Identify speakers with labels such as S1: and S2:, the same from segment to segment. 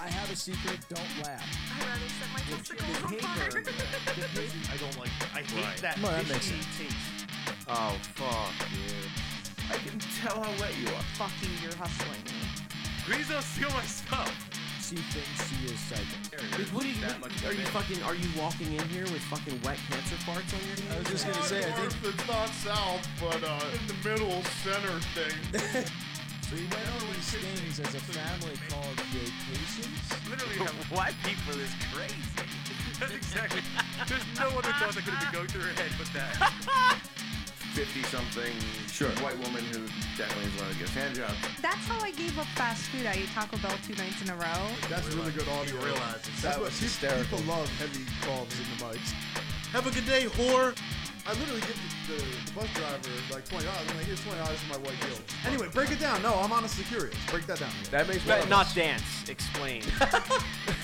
S1: I have a secret. Don't laugh.
S2: I'd rather set my testicles on fire.
S3: I don't like that. I hate
S4: Right.
S3: that
S1: Well, that makes
S3: fishy taste.
S4: Oh, fuck you.
S5: I can tell how wet you are.
S2: Fuck you, you're hustling me.
S4: Please don't steal my stuff.
S1: See things. See is psychic.
S5: Like, what are you,
S4: That
S5: what-
S4: much
S5: are
S4: of
S5: you
S4: it.
S5: fucking, are you walking in here with fucking wet cancer parts on your
S4: Uh,
S1: I
S5: hands?
S1: was just gonna say. I think.
S6: It's not south, but uh, in the middle center thing.
S1: We went on these things as a family called vacations.
S4: Literally, why people is crazy. That's exactly. There's no other thought that could have been going through her head but that.
S5: 50 something
S6: Sure.
S5: white woman who definitely is going to get a hand job.
S2: That's how I gave up fast food. I ate Taco Bell two nights in a row.
S6: That's really good audio.
S4: realizes.
S6: That's
S1: That
S6: what
S1: was
S6: pe-
S1: hysterical.
S6: people love heavy calls in the mics. Have a good day, whore. I literally give the, the, the bus driver like twenty dollars. I'm like, here's twenty dollars for my white guilt. Anyway, break it down. No, I'm honestly curious. Break that down.
S5: That makes
S3: But not dance. Explain.
S7: After Dinnerman?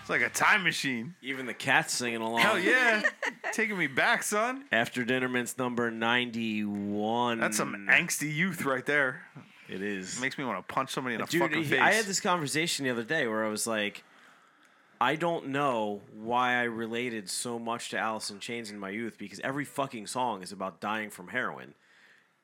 S8: It's like a time machine.
S3: Even the cat's singing along.
S8: Hell yeah. Taking me back, son.
S3: After Dinnerman's number 91.
S8: That's some angsty youth right there.
S3: It is.
S8: It makes me want to punch somebody in the
S3: Dude,
S8: fucking
S3: he-
S8: face.
S3: I had this conversation the other day where I was like, I don't know why I related so much to Alice in Chains in my youth because every fucking song is about dying from heroin.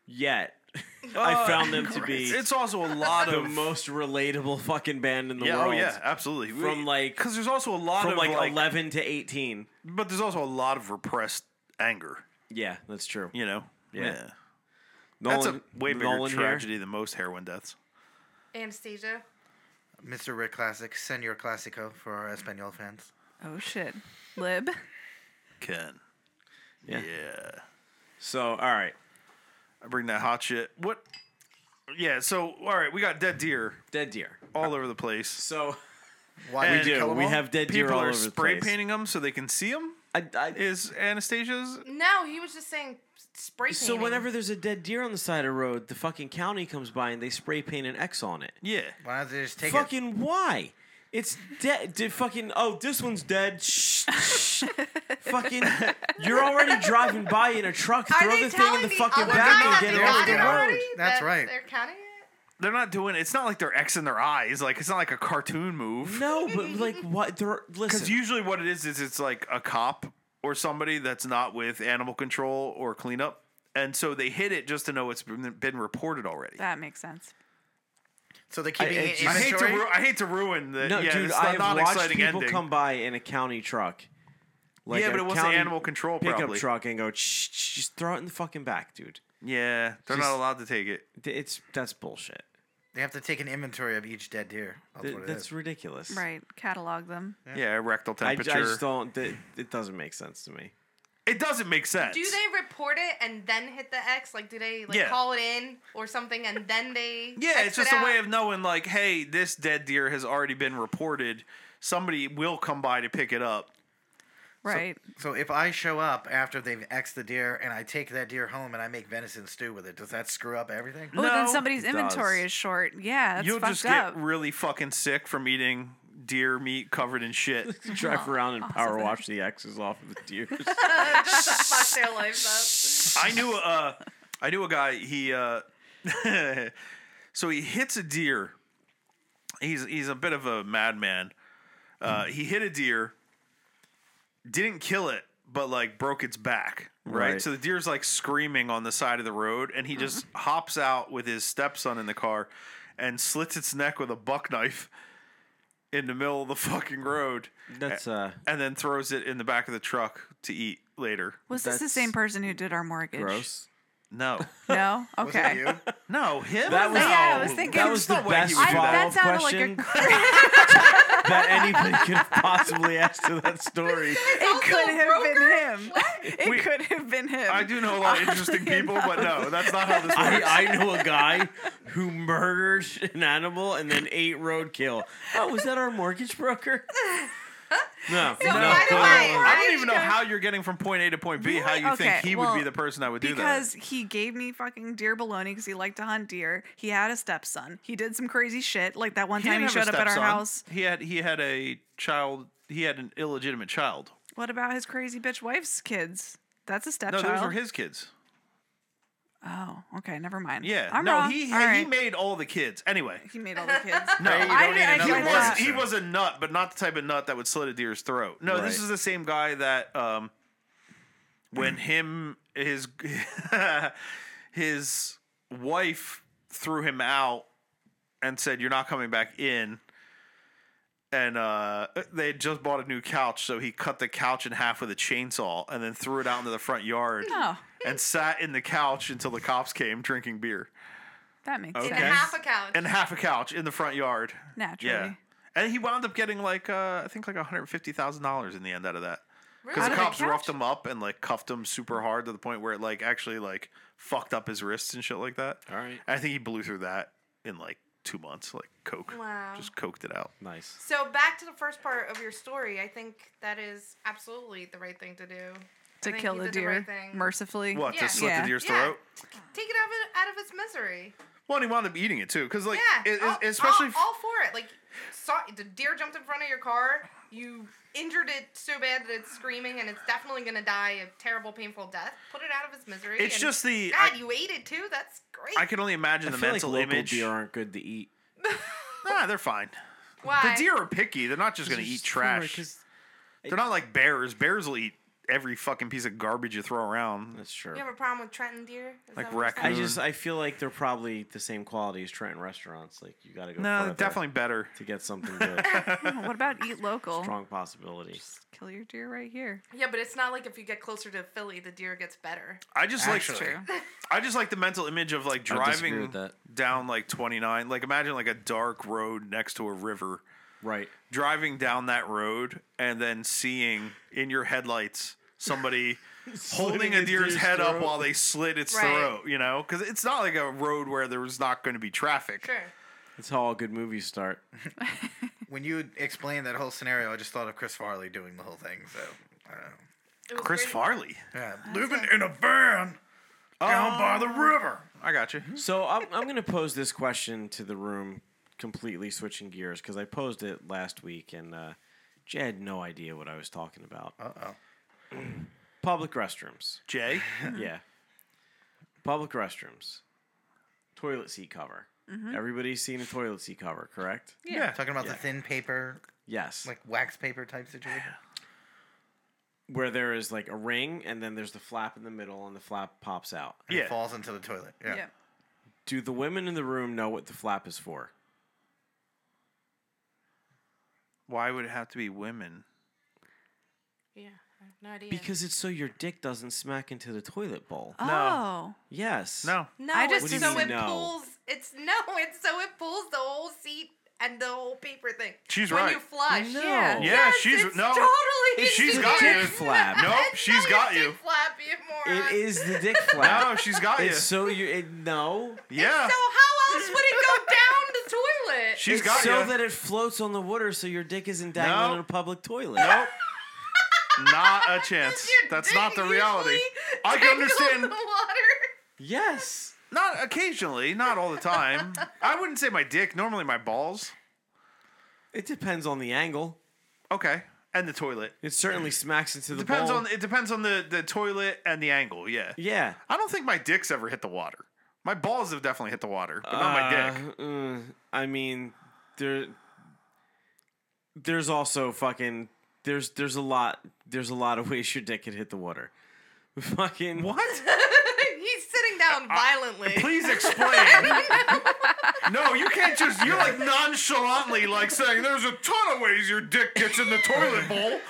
S3: Yet, I found them to be
S8: Uh, It's also a lot
S3: the
S8: of
S3: most relatable fucking band in the
S8: yeah,
S3: world.
S8: oh yeah, absolutely.
S3: From, like-
S8: because there's also a lot
S3: From
S8: of
S3: like,
S8: like,
S3: 11 to 18.
S8: but there's also a lot of repressed anger.
S3: Yeah, that's true.
S8: You know,
S3: Yeah. Nolan,
S8: that's a way bigger
S3: Nolan here.
S8: tragedy than most heroin deaths.
S2: Anastasia.
S9: Mr. Rick Classic, Senor Classico for our Espanol fans.
S2: Oh shit. Lib.
S8: Ken,
S3: Yeah.
S8: yeah.
S3: So, all right.
S8: I bring that hot shit. What? Yeah. So all right, we got dead deer
S3: Dead Deer.
S8: all over the place.
S3: So,
S9: Why
S8: And
S9: would you
S3: do.
S9: kill 'em
S3: We
S9: all?
S3: have dead deer
S8: People
S3: all
S8: are
S3: over the
S8: spray
S3: place.
S8: painting them so they can see them.
S3: I, I,
S8: Is Anastasia's?
S2: No, he was just saying spray painting.
S3: so whenever there's a dead deer on the side of the road, the fucking county comes by and they spray paint an X on it.
S8: Yeah.
S9: Why don't they just take it?
S3: fucking why? It's dead. Did fucking oh this one's dead. Shh, shh. fucking, you're already driving by in a truck.
S2: Are
S3: Throw
S2: they
S3: the thing in
S2: telling Oh,
S3: the fucking
S2: other
S3: back
S2: guy
S3: and
S2: that
S3: get
S2: they
S3: it
S2: got
S3: over the
S2: it
S3: road.
S2: already?
S9: That's
S2: That
S9: right.
S2: They're counting it.
S8: They're not doing. It's not like they're Xing their eyes. Like it's not like a cartoon move.
S3: No, but like what? They're, listen,
S8: Because usually what it is is it's like a cop or somebody that's not with animal control or cleanup, and so they hit it just to know it's been, been reported already.
S10: That makes sense.
S9: So they're keeping
S3: I-
S9: it
S3: I
S8: I hate, to
S9: inventory?
S8: ru- I hate to ruin the
S3: no,
S8: yeah,
S3: dude,
S8: it's
S3: I have
S8: not
S3: watched
S8: exciting
S3: people
S8: ending.
S3: come by in a county truck. Like
S8: yeah,
S3: a
S8: but it wasn't
S3: county
S8: animal control
S3: pickup
S8: probably.
S3: truck and go shh, shh, just throw it in the fucking back, dude.
S8: Yeah, they're
S3: Just-
S8: not allowed to take it.
S3: It's that's bullshit.
S9: They have to take an inventory of each dead deer. That's
S3: Th-
S9: what it
S3: that's
S9: is.
S3: ridiculous.
S10: Right. Catalog them.
S8: Yeah, rectal
S3: I, I
S8: temperature.
S3: just don't. It, it doesn't make sense to me.
S8: it doesn't make sense.
S2: Do they report it and then hit the X? Like, do they like
S8: Yeah.
S2: call it in or something and then they?
S8: Yeah,
S2: X
S8: it's
S2: it
S8: just a way
S2: out?
S8: of knowing, like, hey, this dead deer has already been reported. Somebody will come by to pick it up.
S10: Right.
S9: So if I show up after they've X'd the deer and I take that deer home and I make venison stew with it, does that screw up everything?
S10: oh,
S8: No,
S10: then somebody's
S3: it does.
S10: inventory is short. Yeah, that's
S8: You'll
S10: fucked
S8: just
S10: up.
S8: get really fucking sick from eating deer meat covered in shit.
S3: Drive around and power wash the X's off of the deers.
S2: fuck their lives
S8: I knew uh I knew a guy he uh so he hits a deer. He's he's a bit of a madman. Uh he hit a deer, didn't kill it, but like broke its back. Right?
S3: Right.
S8: So the deer's like screaming on the side of the road and he just hops out with his stepson in the car and slits its neck with a buck knife in the middle of the fucking road.
S3: That's,
S8: a-
S3: uh,
S8: and then throws it in the back of the truck to eat later.
S10: Was this the
S3: That's
S10: same person who did our mortgage?
S3: gross.
S8: No,
S10: No.
S9: Was it
S10: Okay.
S9: you?
S8: no, him.
S3: That was,
S10: Yeah, I was thinking-
S3: that was the
S8: There's no way
S3: best
S8: he would do
S10: I,
S3: follow-up
S10: that sounded
S3: question
S10: like a.
S3: that anybody could have possibly asked to that story.
S10: It could have been him. It
S8: We-
S10: could have been him.
S8: I do know a lot of interesting people, but no, that's not how this works.
S3: I, I know a guy who murdered an animal and then ate roadkill. Oh, was that our mortgage broker? No, no, no,
S8: no,
S7: by the
S8: I don't,
S7: way,
S8: know.
S7: why
S8: I don't
S7: did
S8: even know how you're getting from point A to point B. How you think
S10: Okay,
S8: he would
S10: well,
S8: be the person that would do
S10: because he gave me fucking deer baloney because he liked to hunt deer. He had a stepson. He did some crazy shit. Like that one
S8: that? He
S10: time he
S8: didn't have
S10: showed
S8: a
S10: up at our
S8: stepson.
S10: house.
S8: He had he had a child. He had an illegitimate child.
S10: What about his crazy bitch wife's kids? That's a
S8: No,
S10: stepchild.
S8: those were his kids.
S10: Oh, okay, never mind.
S8: Yeah,
S10: I'm
S8: no,
S10: wrong.
S8: he
S10: All
S8: he
S10: right.
S8: made all the kids. Anyway,
S10: He made all the kids.
S8: no,
S9: Hey, you
S10: I
S9: don't
S10: did-
S9: need
S8: he
S10: I
S9: another
S10: did that.
S8: was
S9: monster.
S8: he was a nut, but not the type of nut that would slit a deer's throat. No,
S3: Right.
S8: this is the same guy that um, when him his his wife threw him out and said you're not coming back in. And uh, they had just bought a new couch, so he cut the couch in half with a chainsaw and then threw it out into the front yard
S10: Oh,
S8: and sat in the couch until the cops came drinking beer.
S10: that makes
S8: Okay.
S10: sense.
S8: And
S7: And half a couch.
S8: and half a couch in the front yard.
S10: Naturally.
S8: Yeah. And he wound up getting like uh, I think like one hundred fifty thousand dollars in the end out of that because
S10: Out
S8: the
S10: of the
S8: cops
S10: couch?
S8: roughed him up and like cuffed him super hard to the point where it like actually like fucked up his wrists and shit like that.
S3: All right.
S8: I think he blew through that in like two months, like coke.
S7: Wow.
S8: Just coked it out.
S3: Nice.
S11: So back to the first part of your story. I think that is absolutely the right thing to do. I
S10: To
S11: think
S10: kill
S11: he
S10: the
S11: did the
S10: deer
S11: right thing.
S10: mercifully.
S8: What
S11: Yeah.
S8: to slit
S10: Yeah.
S8: the deer's
S11: Yeah.
S8: throat?
S11: Take it out of, out of its misery.
S8: Well, and he wound up eating it too, because like
S11: Yeah,
S8: it- it-
S11: all-
S8: especially
S11: all, all for it. Like, saw the deer jumped in front of your car. You injured it so bad that it's screaming, and it's definitely gonna die a terrible, painful death. Put it out of its misery.
S8: It's
S11: and-
S8: just the-
S11: God.
S8: I-
S11: you ate it too. That's great.
S8: I can only imagine
S3: I
S8: the
S3: feel like
S8: mental
S3: local
S8: image.
S3: deer aren't good to eat.
S8: Nah, they're fine.
S11: Why?
S8: The deer are picky. They're not just gonna eat trash. They're not like bears. Bears will eat every fucking piece of garbage you throw around.
S3: That's true.
S11: You have a problem with Trenton deer? Is
S8: Like
S11: that what you're
S3: I
S11: saying?
S8: raccoon.
S3: just I feel like they're probably the same quality as Trenton restaurants. Like you got to go.
S8: No,
S3: further
S8: definitely better.
S3: to get something good.
S10: Oh, what about eat local?
S3: Strong possibility.
S10: Kill your deer right here.
S11: Yeah, but it's not like if you get closer to Philly, the deer gets better.
S8: I just like
S9: Actually.
S10: True.
S8: I just like the mental image of like
S3: I disagree
S8: driving
S3: with that.
S8: down like 29. Like imagine like a dark road next to a river.
S3: Right.
S8: Driving down that road and then seeing in your headlights somebody holding a
S3: its
S8: deer's,
S3: deer's
S8: head up
S3: throat.
S8: while they slit its
S11: Right.
S8: throat, you know? Cuz it's not like a road where there was not going to be traffic.
S11: Sure.
S3: That's how all good movies start.
S9: When you explained that whole scenario, I just thought of Chris Farley doing the whole thing. So I don't know.
S11: It was
S8: Chris
S11: great.
S8: Farley. Oh,
S9: Yeah, living in a van down by the river.
S8: I got you.
S3: So I'm, I'm going to pose this question to the room, completely switching gears because I posed it last week and uh, Jay had no idea what I was talking about.
S9: Uh oh.
S3: Public restrooms.
S8: Jay.
S3: yeah. Public restrooms. Toilet seat cover. Everybody's seen a toilet seat cover, correct?
S8: Mm-hmm. yeah.
S9: Talking about
S3: Yeah.
S9: the thin paper,
S3: Yes.
S9: like wax paper type situation.
S3: Where there is like a ring and then there's the flap in the middle and the flap pops out.
S9: And
S8: Yeah.
S9: It falls into the toilet. Yeah.
S10: Yeah.
S3: Do the women in the room know what the flap is for?
S8: Why would it have to be women?
S11: Yeah, I have no idea.
S3: Because it's so your dick doesn't smack into the toilet bowl.
S8: Uh,
S10: Oh.
S3: Yes.
S8: No.
S11: no,
S10: I just-
S11: it's
S10: What do you
S11: so
S3: mean
S11: it
S3: no?
S11: pulls. It's no, it's so it pulls the whole seat and the whole paper thing.
S8: She's
S11: when
S8: right.
S11: you flush.
S3: No.
S11: Yeah,
S3: Yeah,
S11: Yes,
S8: she's-
S11: it's
S8: no.
S11: Totally,
S8: She's
S11: your
S8: got
S11: dick
S8: you.
S3: Flap.
S8: Nope,
S11: It's
S8: she's
S11: not
S8: got
S11: your
S8: you.
S11: dick Flap, you moron.
S3: It is the dick flap.
S8: No, she's got you.
S3: It's so you it, no.
S8: yeah.
S11: So how else would it go down the toilet?
S8: she's
S3: It's
S8: got
S3: so
S8: you.
S3: that it floats on the water, so your dick isn't dangling
S8: No.
S3: in a public toilet.
S8: Nope. not a chance.
S11: Does your
S8: That's
S11: dick
S8: not the reality.
S11: usually
S8: I
S11: dangle
S8: can
S11: in The
S8: understand.
S11: water.
S3: Yes.
S8: Not occasionally, not all the time. I wouldn't say my dick. Normally my balls.
S3: It depends on the angle.
S8: Okay, and the toilet.
S3: It certainly smacks into the
S8: Depends
S3: bowl.
S8: on it depends on the the toilet and the angle. Yeah.
S3: yeah.
S8: I don't think my dick's ever hit the water. My balls have definitely hit the water, but not my dick.
S3: Uh, mm, I mean, there. There's also fucking. There's there's a lot there's a lot of ways your dick could hit the water. Fucking
S8: What?
S11: He's sitting down violently.
S8: Please explain. No, you can't just. You're like nonchalantly like saying there's a ton of ways your dick gets in the toilet bowl.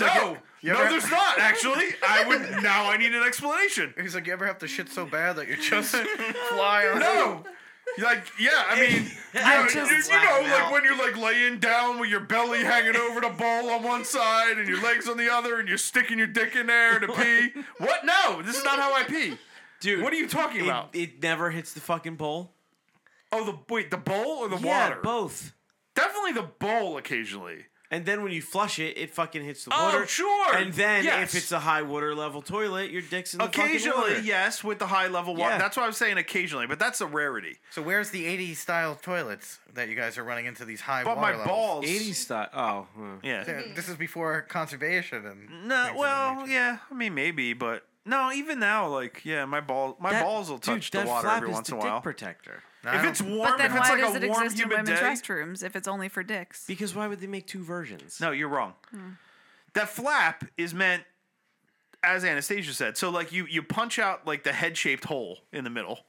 S8: no,
S9: "You
S8: no,
S9: ever-
S8: there's not actually. I would now. I need an explanation.
S9: He's like, you ever have to shit so bad that you just fly on?
S8: No. Like yeah, I mean, you
S9: I'm
S8: know,
S9: just
S8: you, you know
S9: laughing
S8: like
S9: out.
S8: when you're like laying down with your belly hanging over the bowl on one side and your legs on the other, and you're sticking your dick in there to pee. What? No, this is not how I pee, dude. What are you talking
S3: it,
S8: about?
S3: It never hits the fucking bowl.
S8: Oh, the wait, the bowl or the
S3: yeah,
S8: water?
S3: both.
S8: Definitely the bowl occasionally.
S3: And then when you flush it, it fucking hits the
S8: Oh,
S3: water.
S8: sure.
S3: And then
S8: Yes.
S3: if it's a high water level toilet, your dick's in the fucking
S8: Occasionally,
S3: water.
S8: yes, with the high level water.
S3: Yeah.
S8: That's what I'm saying. Occasionally, but that's a rarity.
S9: So where's the 80s style toilets that you guys are running into these high
S8: But
S9: water
S8: my
S9: levels?
S8: balls.
S3: 80 style. Oh, huh.
S8: Yeah.
S9: Th- This is before conservation and
S8: No, well, yeah. I mean, maybe, but no. Even now, like, yeah, my ball, my
S3: That-
S8: balls will touch
S3: dude, that
S8: the water
S3: flap
S8: every
S3: is
S8: once
S3: the
S8: in a while.
S3: Dick protector.
S8: if it's warm,
S10: But then
S8: if it's
S10: why
S8: like
S10: does
S8: a
S10: it
S8: warm
S10: exist in
S8: humid
S10: women's
S8: day.
S10: restrooms if it's only for dicks?
S3: Because why would they make two versions?
S8: No, you're wrong.
S10: Hmm.
S8: That flap is meant, as Anastasia said. So, like, you you punch out like the head shaped hole in the middle,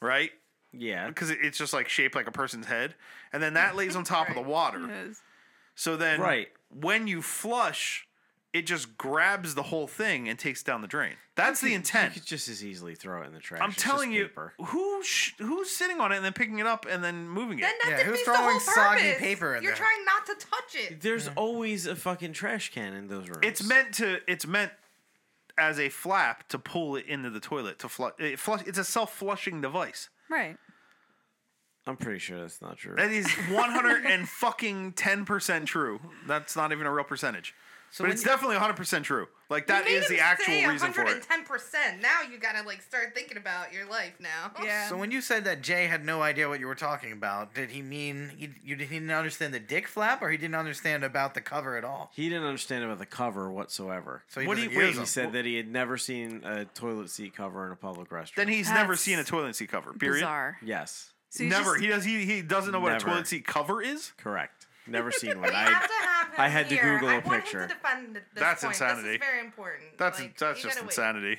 S8: right?
S3: Yeah.
S8: Because it- it's just like shaped like a person's head, and then that lays on top of the water. So then,
S3: Right.
S8: when you flush, it just grabs the whole thing and takes down the drain. That's the intent.
S3: You could just as easily throw it in the trash.
S8: I'm
S3: It's just
S8: telling you,
S3: paper.
S8: who sh- who's sitting on it and then picking it up and then moving it?
S11: Then that
S9: Yeah, who's
S11: defeats
S9: throwing
S11: the whole
S9: soggy
S11: purpose.
S9: paper in
S11: You're
S9: there?
S11: trying not to touch it.
S3: There's always a fucking trash can in those rooms.
S8: It's meant to. It's meant as a flap to pull it into the toilet to flush. It flush. It's a self-flushing device.
S10: Right.
S3: I'm pretty sure that's not true.
S8: That is one hundred and fucking ten percent true. That's not even a real percentage. but
S9: when
S8: it's
S9: you-
S8: definitely one hundred percent true. Like that
S11: You made
S8: is
S11: him
S8: the actual
S11: say
S8: reason for it.
S11: 110%. Now you gotta like start thinking about your life now.
S10: Yeah.
S9: So when you said that Jay had no idea what you were talking about, did he mean he, you he didn't understand the dick flap, or he didn't understand about the cover at all?
S3: He didn't understand about the cover whatsoever.
S9: So he
S8: What do
S9: doesn't
S8: you-
S9: use
S8: wait,
S3: He
S9: them.
S3: said that he had never seen a toilet seat cover in a public
S8: Then
S3: restaurant.
S8: he's never
S10: That's
S8: seen a toilet seat cover. Period.
S10: Bizarre.
S3: yes,
S10: So you
S8: Never.
S10: just-
S8: he does. He, he doesn't know what
S3: Never.
S8: a toilet seat cover is.
S3: correct. Never seen one.
S11: We have
S3: I,
S11: to have him
S3: I had to
S11: here.
S3: Google
S11: I
S3: a
S11: want him
S3: picture.
S11: to defend th- this
S8: That's
S11: point. This
S8: insanity.
S11: is very important.
S8: That's
S11: Like,
S8: that's
S11: you
S8: just
S11: gotta wait.
S8: insanity.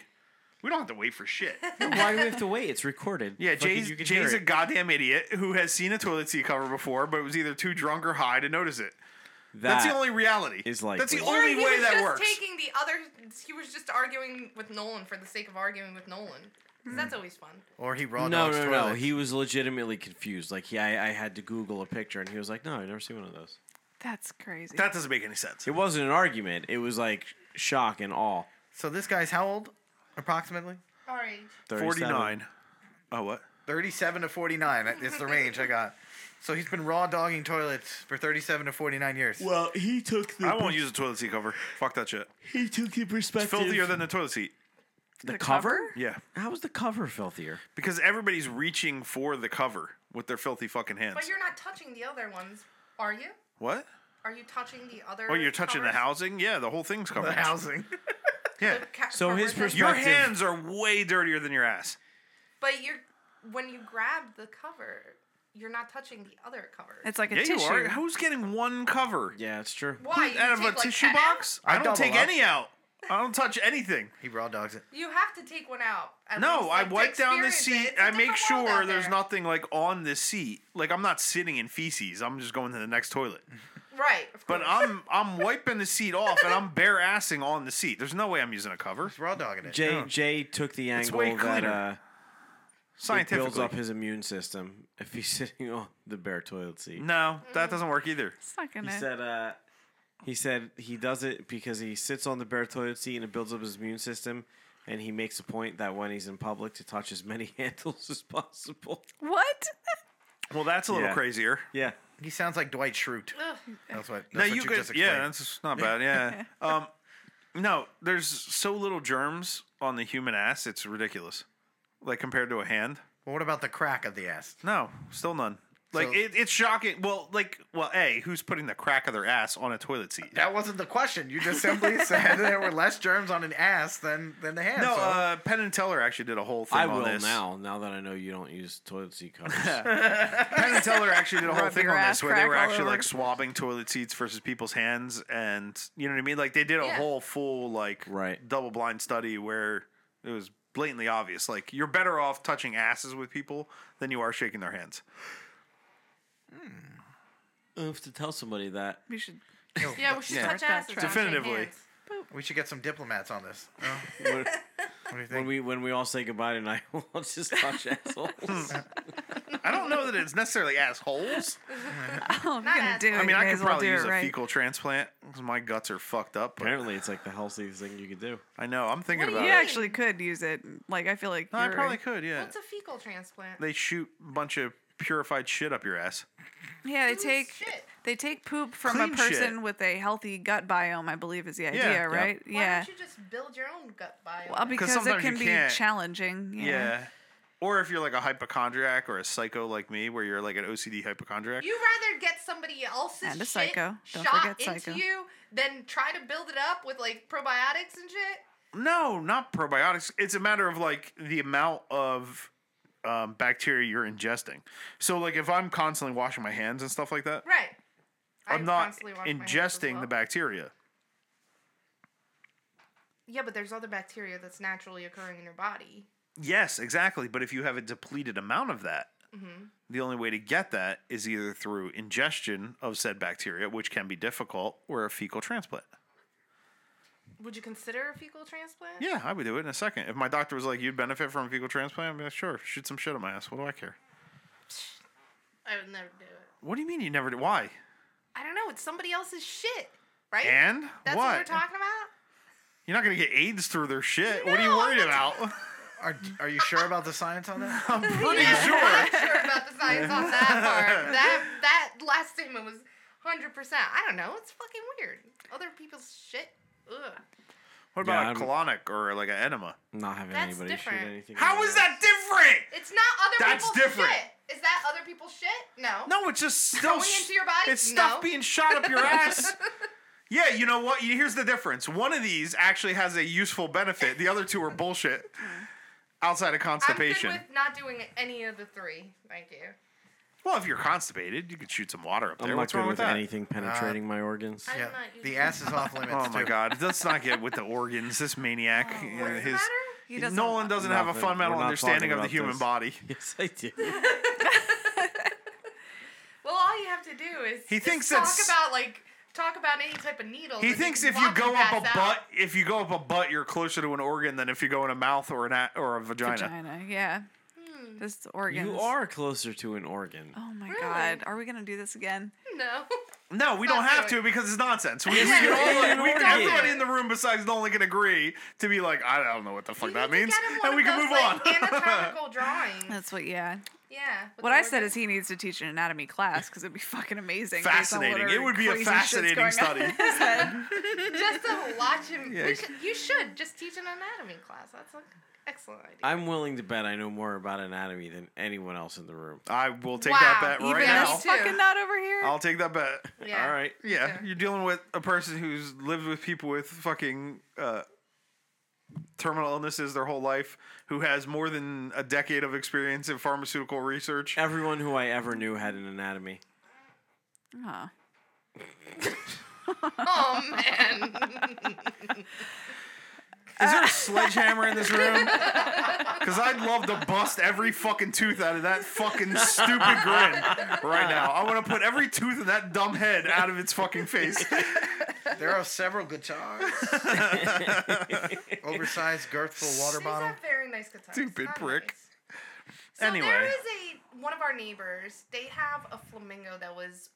S8: We don't have to wait for shit.
S3: why do we have to wait? It's recorded.
S8: Yeah,
S3: Fucking-
S8: Jay's,
S3: you can hear
S8: Jay's a
S3: it.
S8: goddamn idiot who has seen a toilet seat cover before, but was either too drunk or high to notice it. That's
S3: That
S8: the only reality.
S3: is
S8: That's the
S3: likely.
S11: Or
S8: only
S11: he
S8: way
S11: was
S8: that
S11: just
S8: works.
S11: Taking the other, he was just arguing with Nolan for the sake of arguing with Nolan. 'Cause
S3: Hmm.
S11: That's always fun.
S9: Or he raw
S3: no,
S9: dogs
S3: no, no.
S9: toilets.
S3: He was legitimately confused. Like, he, I, I had to Google a picture, and he was like, "No, I've never seen one of those."
S10: That's crazy.
S8: That doesn't make any sense.
S3: It wasn't an argument. It was like shock and awe.
S9: So this guy's how old? Approximately
S11: All right.
S3: 37.
S8: 49. Oh, what?
S9: thirty-seven to forty-nine. That- It's the range I got. So he's been raw dogging toilets for thirty-seven to forty-nine years.
S3: Well, he took the
S8: I won't use a toilet seat cover. Fuck that shit.
S3: he took the perspective.
S8: Filthier than the toilet seat.
S3: the cover?
S8: Yeah.
S3: How was the cover filthier?
S8: Because everybody's reaching for the cover with their filthy fucking hands.
S11: But you're not touching the other ones, are you?
S8: what?
S11: Are you touching the other?
S8: Oh, you're touching the
S11: covers?
S8: housing? Yeah, the whole thing's covered.
S9: The housing.
S8: Yeah.
S11: The ca-
S3: So his
S11: covers that-
S8: Your
S3: Perspective.
S8: hands are way dirtier than your ass.
S11: But you're when you grab the cover, you're not touching the other cover.
S10: It's like a
S8: Yeah,
S10: tissue.
S8: you are. Who's getting one cover?
S3: Yeah, it's true.
S11: Why? You
S8: out of
S11: take, like,
S8: a tissue
S11: 10 out?
S8: box?
S9: I
S8: I don't
S9: double
S8: take
S9: up.
S8: any out. I don't touch anything.
S9: He raw dogs it.
S11: You have to take one out. at
S8: No,
S11: least, like,
S8: I
S11: to
S8: wipe down the
S11: experience it.
S8: seat.
S11: It's a
S8: I make
S11: different world
S8: sure
S11: out
S8: there's
S11: there.
S8: nothing like on the seat. Like I'm not sitting in feces. I'm just going to the next toilet.
S11: Right. Of
S8: But
S11: course.
S8: I'm I'm wiping the seat off and I'm bare assing on the seat. There's no way I'm using a cover.
S9: He's raw dogging it.
S3: Jay
S9: No.
S3: Jay took the angle
S8: way
S3: that
S8: cleaner.
S3: uh, it
S8: Scientifically.
S3: builds up his immune system if he's sitting on the bare toilet seat.
S8: no, that doesn't work either.
S10: It's not
S3: He
S10: gonna.
S3: said uh, he said he does it because he sits on the bare toilet seat and it builds up his immune system. And he makes a point that when he's in public, to touch as many handles as possible.
S10: what?
S8: Well, that's a little
S3: Yeah.
S8: crazier.
S3: Yeah,
S9: He sounds like Dwight Schrute. That's what. That's
S8: No,
S9: what
S8: you,
S9: you,
S8: could.
S9: just
S8: Yeah,
S9: explained.
S8: that's just not bad. Yeah. um, no, there's so little germs on the human ass. It's ridiculous. Like compared to a hand.
S9: Well, what about the crack of the ass?
S8: No, still none. Like
S9: So-
S8: it, it's shocking. Well, like, well, a who's putting the crack of their ass on a toilet seat?
S9: That wasn't the question. You just simply said there were less germs on an ass than than the hand.
S8: No,
S9: so-
S8: uh, Penn and Teller actually did a whole thing
S3: I
S8: on
S3: will
S8: this.
S3: now. Now that I know you don't use toilet seat covers,
S8: Penn and Teller actually did a whole
S10: Rub
S8: thing
S10: your
S8: on
S10: ass
S8: this where they
S10: crack
S8: were
S10: all
S8: actually
S10: over.
S8: like swabbing toilet seats versus people's hands, and you know what I mean. Like they did a
S11: Yeah.
S8: whole full like
S3: Right.
S8: double blind study where it was blatantly obvious. Like you're better off touching asses with people than you are shaking their hands.
S3: I have to tell somebody that.
S10: We should.
S9: Yo,
S10: Yeah, we
S9: but-
S10: should Yeah. touch asses and not shake
S3: Definitively. hands.
S9: We should get some diplomats on this.
S8: uh,
S9: No?
S3: When, when we when we all say goodbye tonight, we'll just touch assholes.
S8: I don't know that it's necessarily assholes.
S10: Oh, I'm gonna do it.
S8: I mean, I
S10: May
S8: could
S10: as well
S8: probably
S10: do
S8: use
S10: it right.
S8: a fecal transplant because my guts are fucked up. Apparently,
S3: it's like the healthiest thing you could do.
S8: I know. I'm thinking
S10: you
S8: about it.
S10: actually could use it. Like I feel like
S8: No, I
S10: you're-
S8: probably could. Yeah,
S11: What's a fecal transplant?
S8: they shoot a bunch of purified shit up your ass.
S10: Yeah, they take they take poop from
S8: Clean
S10: a
S8: shit.
S10: person with a healthy gut biome. I believe is the idea,
S8: Yeah.
S10: right?
S11: Why
S10: Yeah.
S11: don't you just build your own gut biome?
S10: Well, because it
S8: sometimes you
S10: can be
S8: can't-
S10: challenging.
S8: Yeah.
S10: Yeah.
S8: Or if you're like a hypochondriac or a psycho like me, where you're like an OCD hypochondriac.
S11: You rather get somebody else's
S10: And a
S11: shit
S10: psycho. Don't
S11: shot
S10: forget psycho.
S11: into you than try to build it up with like probiotics and shit.
S8: No, not probiotics. It's a matter of like the amount of um, bacteria you're ingesting. So like if I'm constantly washing my hands and stuff like that,
S11: Right. I
S8: I'm not
S11: constantly wash my hands as
S8: ingesting
S11: well.
S8: the bacteria.
S11: Yeah, but there's other bacteria that's naturally occurring in your body.
S8: Yes, exactly. But if you have a depleted amount of that,
S11: Mm-hmm.
S8: the only way to get that is either through ingestion of said bacteria, which can be difficult, or a fecal transplant.
S11: Would you consider a fecal transplant?
S8: Yeah, I would do it in a second. If my doctor was like, "You'd benefit from a fecal transplant," I'd be like, "Sure, shoot some shit on my ass. What do I care?"
S11: I would never do it.
S8: What do you mean you never did? Why?
S11: I don't know. It's somebody else's shit, right?
S8: And
S11: that's
S8: what?
S11: what we're talking about.
S8: You're not gonna get AIDS through their shit. what are you worried about?
S9: Are, are you sure about the science on that?
S8: I'm pretty
S11: Yeah,
S8: sure.
S11: I'm not sure about the science on that part. That that last statement was hundred percent. I don't know. It's fucking weird. Other people's shit. Ugh.
S8: What about
S3: Yeah,
S8: a
S3: I'm-
S8: colonic or like an enema?
S3: Not having
S11: That's
S3: anybody
S11: different.
S3: shoot anything.
S8: How is that different?
S11: It's not other
S8: That's
S11: people's
S8: different.
S11: shit. Is that other people's shit? No.
S8: No, it's just still
S11: Going
S8: sh-
S11: into your body?
S8: It's stuff
S11: No.
S8: being shot up your ass. Yeah, you know what? Here's the difference. One of these actually has a useful benefit. The other two are bullshit. Outside of
S11: I'm good
S8: constipation.
S11: with not doing any of the three. Thank you.
S8: Well, if you're constipated, you could shoot some water up
S3: I'm
S8: there.
S3: not
S8: What's
S3: good
S8: wrong
S3: with
S8: with that? Uh,
S3: anything penetrating my organs.
S11: I'm
S9: Yeah,
S11: not using
S9: the ass is off limits.
S8: Oh my
S9: too.
S8: god, let's not get with the organs. This maniac,
S11: Oh,
S8: uh, his
S10: He doesn't
S8: Nolan doesn't have a
S3: Nothing.
S8: fundamental
S3: We're not
S8: understanding
S3: talking
S8: of the
S3: about
S8: human
S3: this.
S8: body.
S3: Yes, I do.
S11: Well, all you have to do is
S8: He
S11: just
S8: thinks
S11: talk
S8: that's-
S11: about like talk about any type of needle.
S8: He
S11: and
S8: thinks
S11: you
S8: if you
S11: watch
S8: go
S11: him
S8: up a
S11: pass out.
S8: butt, if you go up a butt, you're closer to an organ than if you go in a mouth or an a, or a vagina.
S10: Vagina. Yeah.
S11: Hmm.
S10: Just organs.
S3: You are closer to an organ.
S10: Oh my
S11: Really?
S10: god. Are we gonna do this again?
S11: No.
S8: No, we don't
S11: Not
S8: have
S11: doing
S8: to because it's nonsense. We, we
S3: It's
S8: can
S3: not
S8: all,
S3: an
S8: we
S3: organ.
S8: everybody in the room besides Nolan can agree to be like, I don't know what the fuck that
S11: You need to
S8: means,
S11: get him one
S8: and we
S11: of
S8: can
S11: those,
S8: move
S11: like,
S8: on.
S11: anatomical drawings.
S10: That's what. Yeah.
S11: Yeah. with
S10: What
S11: the
S10: I said
S11: organs.
S10: is he needs to teach an anatomy class because it'd be fucking amazing.
S8: Fascinating. It would be a fascinating study.
S11: just to watch him.
S3: Yeah.
S11: We should, you should just teach an anatomy class. That's an excellent idea.
S3: I'm willing to bet I know more about anatomy than anyone else in the room.
S8: I will take
S11: Wow,
S8: that bet
S10: Even
S8: right now.
S10: this fucking not over here.
S8: I'll take that bet.
S11: Yeah.
S3: All right.
S8: Yeah,
S11: Sure.
S8: you're dealing with a person who's lived with people with fucking uh, terminal illnesses their whole life, who has more than a decade of experience in pharmaceutical research.
S3: Everyone who I ever knew had an anatomy.
S10: Huh.
S11: Oh man.
S8: Is there a sledgehammer in this room? Because I'd love to bust every fucking tooth out of that fucking stupid grin right now. I want to put every tooth in that dumb head out of its fucking face.
S9: There are several guitars,
S8: Oh.
S9: oversized girthful water
S11: These
S9: bottle.
S11: are very nice guitars.
S8: Stupid
S11: Not
S8: prick.
S11: nice. So there
S8: Anyway.
S11: is a one of our neighbors. They have a flamingo that was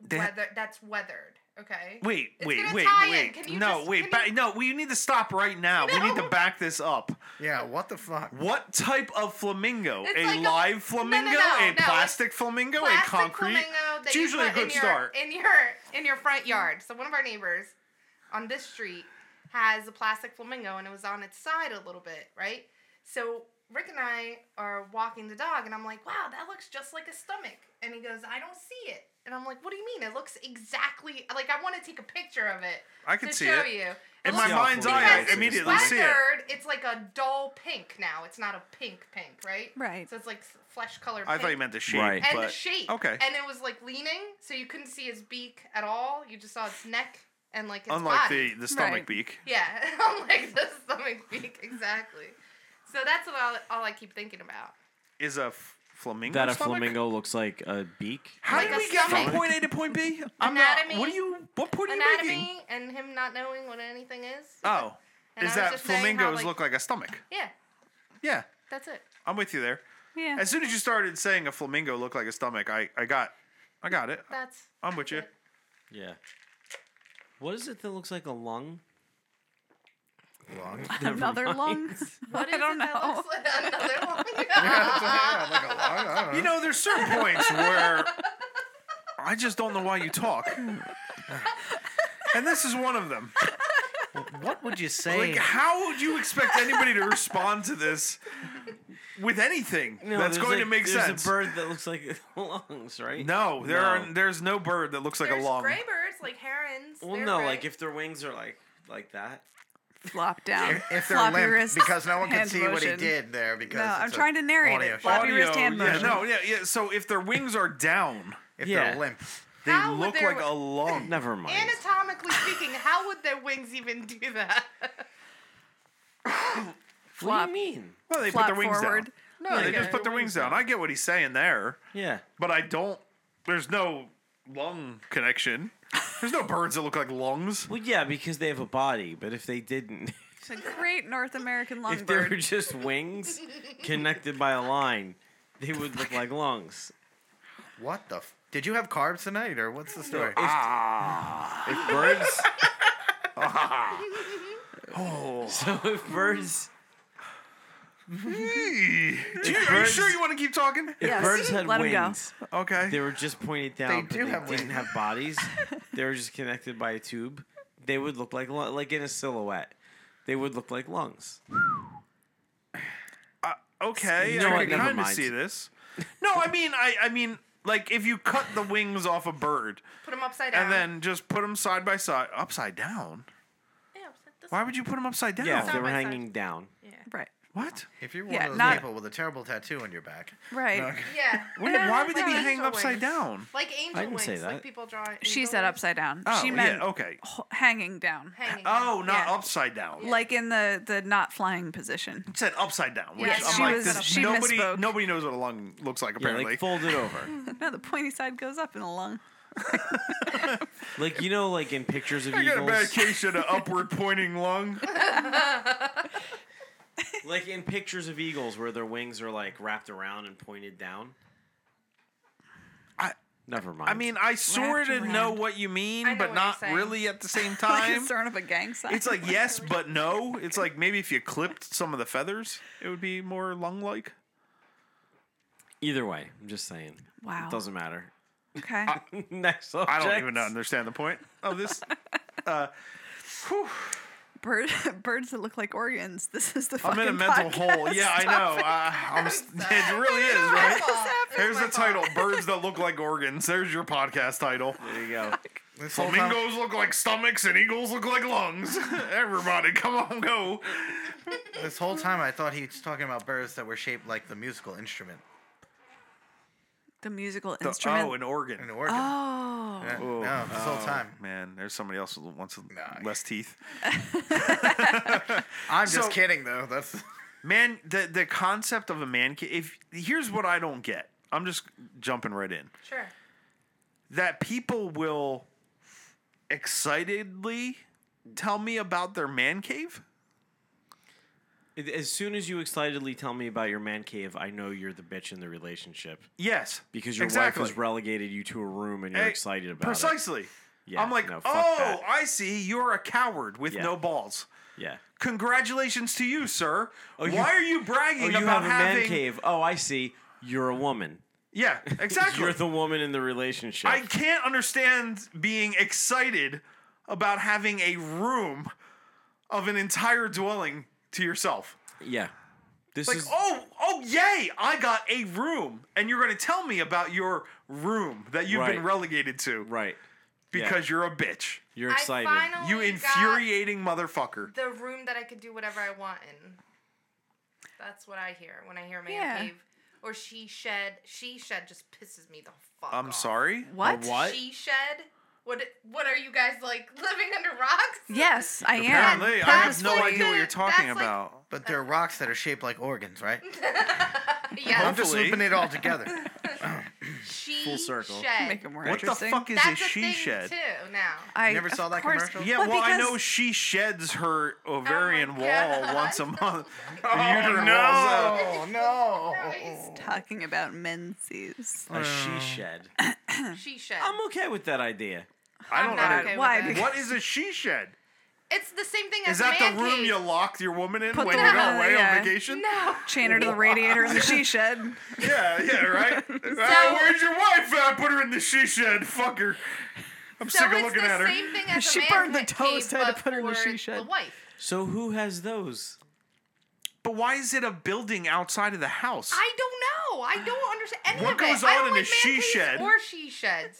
S8: They-
S11: weather that's weathered. Okay.
S8: Wait,
S11: It's
S8: wait,
S11: gonna
S8: wait,
S11: tie in.
S8: wait.
S11: Can you
S8: no,
S11: just-
S8: wait.
S11: can
S8: Ba- no, we need to stop right now. We need to back this up.
S9: Yeah, what the fuck?
S8: What type of flamingo?
S11: It's
S8: a
S11: like a-
S8: live
S11: no, no,
S8: flamingo?
S11: no,
S8: a
S11: no, it's
S8: plastic flamingo?
S11: plastic
S8: a concrete?
S11: flamingo that
S8: it's
S11: you
S8: usually a
S11: put in
S8: good
S11: your-
S8: start.
S11: in your in your front yard. So one of our neighbors on this street has a plastic flamingo, and it was on its side a little bit, right? So Rick and I are walking the dog, and I'm like, "Wow, that looks just like a stomach." And he goes, "I don't see it." And I'm like, "What do you mean? It looks exactly like I want to take a picture of it
S8: I can
S11: to
S8: see
S11: show
S8: it.
S11: you." It
S8: In my
S11: looks-
S8: mind's eye,
S11: because
S8: I
S11: it's
S8: immediately see it.
S11: weathered, It's like a dull pink now. It's not a pink pink, right?
S10: Right.
S11: So it's like flesh color.
S8: I thought you meant the shape.
S3: Right.
S11: And
S8: but-
S11: the shape.
S8: Okay.
S11: And it was like leaning, so you couldn't see his beak at all. You just saw its neck and like his
S8: Unlike
S11: body.
S8: the, the stomach
S10: Right.
S8: beak.
S11: Yeah, unlike the stomach beak, exactly. So that's what all, all I keep thinking about.
S8: is a f- Flamingo.
S3: that a
S8: stomach?
S3: flamingo looks like a beak.
S8: How
S11: Like
S8: did
S11: a
S8: we get from
S11: stomach.
S8: point A to point B? I'm
S11: Anatomy.
S8: Not, what do you? What point are you making?
S11: Anatomy and him not knowing what anything is.
S8: Oh,
S11: And I
S8: is
S11: was
S8: that
S11: just saying how,
S8: flamingos
S11: like-
S8: look like a stomach?
S11: Yeah,
S8: Yeah,
S11: that's it.
S8: I'm with you there.
S11: Yeah.
S8: As soon as you started saying a flamingo looked like a stomach, I, I got, I got it.
S11: That's
S8: I'm with you.
S3: Yeah. What is it that looks like a lung?
S9: Lung.
S10: Another lung?
S11: What is
S10: I don't
S11: it
S10: know.
S11: that looks like another one?
S8: You know, there's certain points where I just don't know why you talk, and this is one of them.
S9: What would you say?
S8: Like, how would you expect anybody to respond to this with anything that's
S3: there's
S8: going
S3: a-
S8: to make
S3: there's
S8: sense?
S3: a bird that looks like lungs, right?
S8: No, there
S3: No.
S8: are there's no bird that looks like
S11: There's
S8: a lung.
S11: gray birds like herons.
S3: Well,
S11: They're
S3: no,
S11: gray.
S3: like if their wings are like like that.
S10: Flop down.
S9: If- if they're
S10: Floppy
S9: limp,
S10: wrist,
S9: because no one can
S10: hand
S9: see what he
S10: motion.
S9: did there, because
S10: no,
S9: it's
S10: I'm
S9: a
S10: trying to narrate
S9: audio
S10: it.
S9: show.
S10: Floppy wrist
S8: Audio,
S10: hand
S8: yeah,
S10: motion.
S8: no, yeah, yeah. So if their wings are down,
S9: if
S3: Yeah.
S9: they're limp.
S8: they
S11: How would
S8: look
S11: their
S8: like a lung.
S3: Never mind.
S11: Anatomically speaking, how would their wings even do that?
S3: what do
S10: Flop.
S3: you mean?
S8: Well, they put
S10: Flop
S8: their wings
S10: forward.
S8: down. No, they just put their wings down. I get what he's saying there,
S3: Yeah.
S8: but I don't. There's no lung connection. There's no birds that look like lungs.
S3: Well, yeah, because they have a body. But if they didn't,
S10: It's a great North American
S3: if they were
S10: longbird.
S3: just wings connected by a line, they would look like lungs.
S9: What the? F- did you have carbs tonight, or what's the story?
S3: Ah.
S8: Ah.
S3: If birds.
S10: Oh.
S3: So if birds,
S8: Do you, are you sure you want to keep talking?
S3: if
S10: Yes,
S3: birds had
S10: let 'em go.
S3: wings,
S8: Okay.
S3: they were just pointed down. but
S9: do
S3: they
S9: have
S3: didn't
S9: wings.
S3: have bodies. they were just connected by a tube. They would look like lu- like in a silhouette. They would look like lungs.
S8: okay,
S3: No,
S8: I
S3: I- never
S8: can kind of
S3: mind.
S8: see this. No, I mean, I, I mean, like if you cut the wings off a bird
S11: Put them upside down.
S8: and then just put them side by side, upside down.
S11: yeah, upside this
S8: Why would you put them upside down?
S3: Yeah, if they
S11: Side
S3: were
S11: by side.
S3: hanging down.
S10: Right.
S8: What?
S9: if you're one
S10: Yeah,
S9: of those
S10: not-
S9: people with a terrible tattoo on your back,
S10: Right.
S11: yeah.
S8: Why- Why would they be
S11: Yeah,
S8: hanging
S11: angel
S8: upside
S11: wings.
S8: down?
S11: Like angel
S3: I didn't
S11: wings,
S3: say that.
S11: like people draw. Angel
S10: She said
S11: wings.
S10: upside down.
S8: Oh,
S10: she meant
S8: yeah, okay.
S10: h- hanging down.
S11: Hanging.
S8: Oh, not
S10: Yeah.
S8: upside down.
S10: Like in the the not flying position.
S8: It said upside down. Which
S11: Yeah,
S8: I'm
S11: she
S8: like,
S11: was-
S8: this,
S10: she
S8: nobody,
S10: misspoke.
S8: nobody knows what a lung looks like.
S3: Yeah,
S8: Apparently,
S3: like folded over.
S10: No, the pointy side goes up in the lung.
S3: Like you know, like in pictures of
S8: I got a bad
S3: eagles.
S8: case of an upward pointing lung.
S3: Like in pictures of eagles where their wings are like wrapped around and pointed down.
S8: I-
S3: never mind.
S8: I mean, I sort of
S10: around.
S8: know what you mean,
S11: I know
S8: but
S11: what you're
S8: not
S11: saying.
S8: really at the same
S10: Like
S8: time.
S10: it's thrown up a gang sign.
S8: It's like yes, but no. It's like maybe if you clipped some of the feathers, it would be more lung-like.
S3: either way, I'm just saying.
S10: Wow.
S3: It doesn't matter.
S10: okay.
S3: Next subject.
S8: I don't even understand the point of this.
S10: Bird, birds that look like organs. This is the
S8: I'm
S10: fucking
S8: in a mental
S10: podcast.
S8: hole. Yeah, I know. Uh, I'm, s- it really is, right? Here's the title: "Birds That Look Like Organs." There's your podcast title.
S3: There you go.
S9: this whole time-
S8: Flamingos look like stomachs, and eagles look like lungs. Everybody, come on, go.
S9: This whole time, I thought he was talking about birds that were shaped like the musical instrument,
S10: The musical
S8: The-
S10: instrument.
S8: Oh, an organ.
S9: an Ah, organ.
S10: Oh.
S9: Yeah,
S8: Oh,
S9: no, this whole
S8: oh,
S9: time.
S8: man. There's somebody else who wants
S9: Nah.
S8: less teeth.
S9: I'm just
S8: So-
S9: kidding, though. That's
S8: Man, the the concept of a man cave. If here's what I don't get, I'm just jumping right in.
S11: Sure.
S8: That people will excitedly tell me about their man cave.
S3: As soon as you excitedly tell me about your man cave, I know you're the bitch in the relationship
S8: Yes,
S3: because your
S8: exactly.
S3: wife has relegated you to a room and you're
S8: Eh,
S3: excited about it.
S8: Precisely.
S3: Yeah,
S8: I'm like,
S3: no, fuck
S8: oh,
S3: that."
S8: I see. You're a coward with
S3: Yeah.
S8: no balls.
S3: Yeah.
S8: Congratulations to you, sir.
S3: you-
S8: Why are you bragging
S3: Oh, you
S8: about
S3: have a
S8: having?
S3: man cave. Oh, I see. You're a woman.
S8: Yeah, exactly.
S3: You're the woman in the relationship.
S8: I can't understand being excited about having a room of an entire dwelling to yourself.
S3: Yeah. This
S8: Like,
S3: is
S8: oh, oh, yay! I got a room, and you're going to tell me about your room that you've been
S3: Right.
S8: relegated to
S3: right.
S8: because you're a bitch.
S3: You're excited.
S11: I finally
S8: You infuriating
S11: got
S8: motherfucker.
S11: the room that I could do whatever I want in. That's what I hear when I hear man
S10: Yeah.
S11: cave or she shed. She shed just pisses me the fuck.
S8: I'm
S11: off.
S8: sorry.
S10: What?
S3: What?
S11: She shed. What What are you guys like living under rocks?
S10: Yes, I am.
S9: Apparently, I have no idea what you're talking about. but they're rocks that are shaped like organs, right?
S11: yeah.
S9: I'm just looping it all together.
S11: She
S9: Full circle.
S11: shed.
S9: Make it more What the interesting. fuck is
S11: That's
S9: a
S11: she
S8: she shed?
S11: Too now.
S8: I- Never saw
S11: of
S8: that
S11: course.
S8: Yeah, well, I know she sheds her ovarian wall
S10: God.
S8: once a month.
S10: Oh,
S8: uterine
S10: no.
S8: wall's out.
S9: Oh no!
S8: Oh.
S10: He's talking about menses.
S3: A
S8: Uh.
S3: she shed.
S11: she shed.
S3: I'm okay with that idea.
S11: I I'm don't not under- okay with Why? that.
S8: What is a she shed?
S11: It's the same thing
S8: Is
S11: as a
S8: that the
S11: man
S8: room
S11: cave.
S8: you locked your woman in
S11: Put
S8: when
S11: the
S8: you go
S11: woman in
S8: away
S11: there.
S8: on vacation?
S11: No.
S10: Chain her to the radiator in the she shed.
S8: Yeah, yeah, right. Hey, where's your wife at? Put her in the she shed. Fuck her. I'm
S11: so
S8: sick of
S11: it's
S8: looking
S11: the
S8: at her.
S11: same thing as
S8: She
S11: a man
S8: burned the
S11: cave,
S8: toast, had to
S11: but
S8: put her in the
S11: for
S8: she
S11: The
S8: shed.
S11: wife.
S3: So who has those?
S8: But why is it a building outside of the house?
S11: I don't know. I don't understand any
S8: What
S11: of
S8: goes
S11: it. I
S8: on
S11: don't
S8: in
S11: like
S8: a she
S11: man caves
S8: shed?
S11: or she sheds?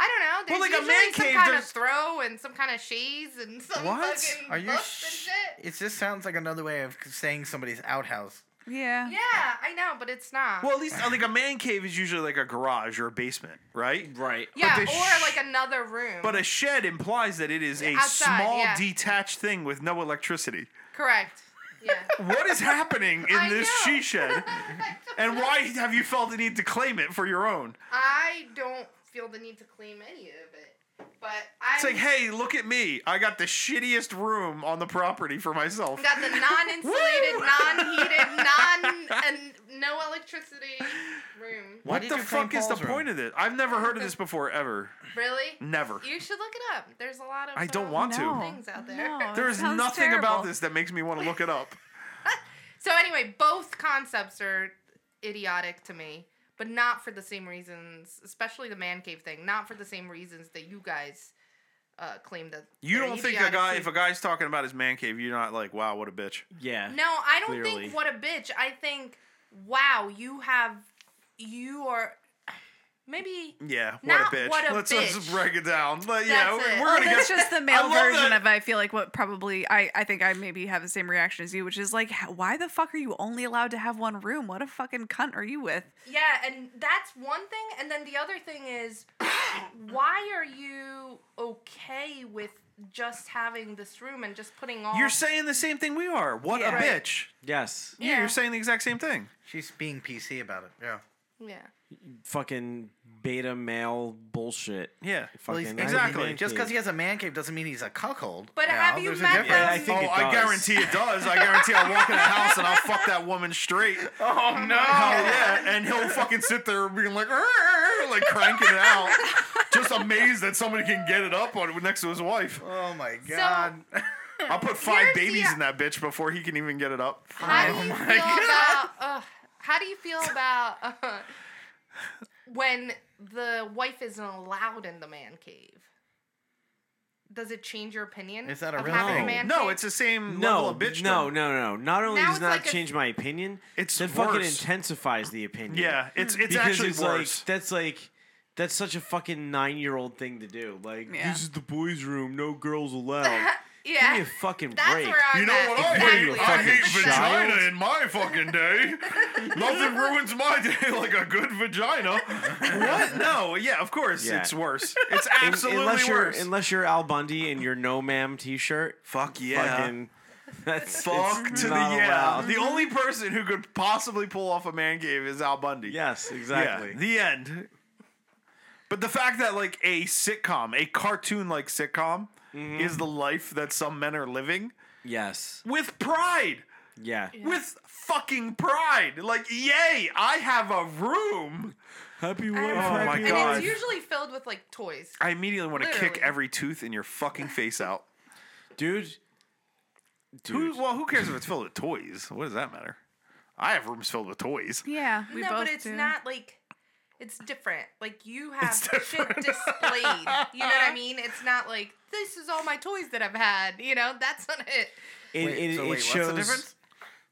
S11: I don't know. There's
S9: Well, like a
S11: usually
S9: man
S11: some
S9: cave,
S11: kind
S9: there's-
S11: of throw and some kind of shades and some
S9: What?
S11: fucking
S9: Are you
S11: books
S9: sh-
S11: and shit.
S9: It just sounds like another way of saying somebody's outhouse.
S10: Yeah.
S11: Yeah, I know, but it's not.
S8: Well, at least uh, like a man cave is usually like a garage or a basement, right?
S3: Right.
S11: yeah,
S8: But,
S11: or
S8: the sh-
S11: like another room.
S8: but a shed implies that it is a
S11: Outside,
S8: small,
S11: yeah.
S8: detached thing with no electricity.
S11: correct. Yeah.
S8: What is happening in
S11: I
S8: this
S11: know.
S8: she shed? And why have you felt the need to claim it for your own?
S11: I don't feel the need to claim any of it, but I
S8: It's like, hey, look at me. I got the shittiest room on the property for myself.
S11: got the non-insulated, non-heated, non and no electricity room.
S8: What
S9: did
S8: the
S9: you claim
S8: fuck is the
S9: Paul's room?
S8: point of this? I've never heard of this before, ever.
S11: Really?
S8: Never.
S11: You should look it up. There's a lot of
S8: I don't
S11: um,
S8: want to. No,
S11: things out there.
S8: There is nothing about this that makes me want to look it up.
S11: So anyway, both concepts are idiotic to me, but not for the same reasons, especially the man cave thing, not for the same reasons that you guys uh, claim that
S8: You
S11: they're
S8: don't think a
S11: idiotic
S8: guy,
S11: too.
S8: if a guy's talking about his man cave, you're not like, wow, what a bitch.
S3: Yeah.
S11: No, I don't
S8: Clearly.
S11: think what a bitch. I think wow, you have you are maybe
S8: Yeah, what
S11: Not
S8: a bitch.
S11: what a
S8: let's, let's
S11: bitch.
S8: break it down. Like, yeah,
S11: That's
S8: we're,
S11: it.
S8: we're
S10: Well,
S8: gonna
S10: that's
S8: get.
S10: just the
S8: I
S10: male
S8: love
S10: version
S8: that-
S10: of I feel like what probably I, I think I maybe have the same reaction as you, which is like, h- why the fuck are you only allowed to have one room? What a fucking cunt are you with?
S11: Yeah, and that's one thing. And then the other thing is, why are you okay with just having this room and just putting all?
S8: You're saying the same thing we are. What
S11: Yeah.
S8: a
S11: Right.
S8: bitch.
S3: Yes.
S8: Yeah. you're saying the exact same thing.
S9: She's being PC about it. Yeah.
S11: Yeah.
S3: Fucking beta male bullshit.
S8: Yeah.
S3: Fucking
S9: he's-
S3: I have a man
S9: Just
S3: cave.
S9: because he has a man cave doesn't mean he's a cuckold.
S11: But
S9: No,
S11: have you
S9: there's a
S11: met
S9: difference.
S11: those- Yeah, I
S8: oh, I guarantee it does. I guarantee I'll walk in the house and I'll fuck that woman straight.
S9: Oh no!
S8: Hell yeah! And he'll fucking sit there being like, "Arr," like cranking it out, just amazed that somebody can get it up on next to his wife.
S9: Oh my god!
S8: I'll put five
S11: Here's the-
S8: babies in that bitch before he can even get it up.
S11: How do you feel about? Uh, how do you feel about uh, when the wife isn't allowed in the man cave? Does it change your opinion?
S9: Is that a
S11: of
S9: real
S11: having
S9: thing?
S11: man
S8: No,
S11: cave?
S8: it's the same level
S3: No,
S8: of bitch.
S3: no, no, no. Not only
S11: Now
S3: does
S11: it's
S3: not
S11: like a-
S3: change my opinion,
S8: It's
S3: that fucking
S8: worse.
S3: intensifies the opinion.
S8: Yeah, it's- it's
S3: Because
S8: actually
S3: like-
S8: worse.
S3: that's like that's such a fucking nine year old thing to do. Like
S11: Yeah.
S3: this is the boys' room, no girls allowed.
S11: Yeah.
S3: Give me a fucking
S11: That's
S3: break.
S11: where I'm You know at. what
S8: Oh
S11: I
S3: What are you, a
S11: hate? I
S3: fucking
S11: hate
S3: child?
S8: in my fucking day. Nothing ruins my day like a good vagina. What? No, yeah, of course
S3: Yeah.
S8: it's worse. It's
S3: Un-
S8: absolutely
S3: unless you're
S8: worse.
S3: unless you're Al Bundy in your no ma'am t-shirt.
S8: Fuck yeah.
S3: Fucking, that's
S8: Fuck
S3: it's
S8: to the
S3: not
S8: yeah.
S3: allowed.
S8: The only person who could possibly pull off a man cave is Al Bundy.
S3: Yes, exactly.
S8: Yeah, the end. But the fact that like a sitcom, a cartoon like sitcom, is the life that some men are living
S3: Yes.
S8: with pride.
S3: Yeah.
S8: With fucking pride. Like, yay, I have a room.
S3: Happy
S8: wife. Oh
S11: And
S8: my
S11: it's- And
S8: god.
S11: it's usually filled with like toys.
S8: I immediately want to kick
S11: Literally.
S8: every tooth in your fucking face out.
S3: Dude.
S8: Who, well, who cares if it's filled with toys? What does that matter? I have rooms filled with toys.
S10: Yeah,
S11: no, but it's not like it's different. Like you have shit displayed. You know what I mean? It's not like this is all my toys that I've had. You know, that's not it.
S3: It,
S9: Wait,
S3: it,
S9: so
S3: it
S9: wait, what's the
S3: shows,
S9: difference?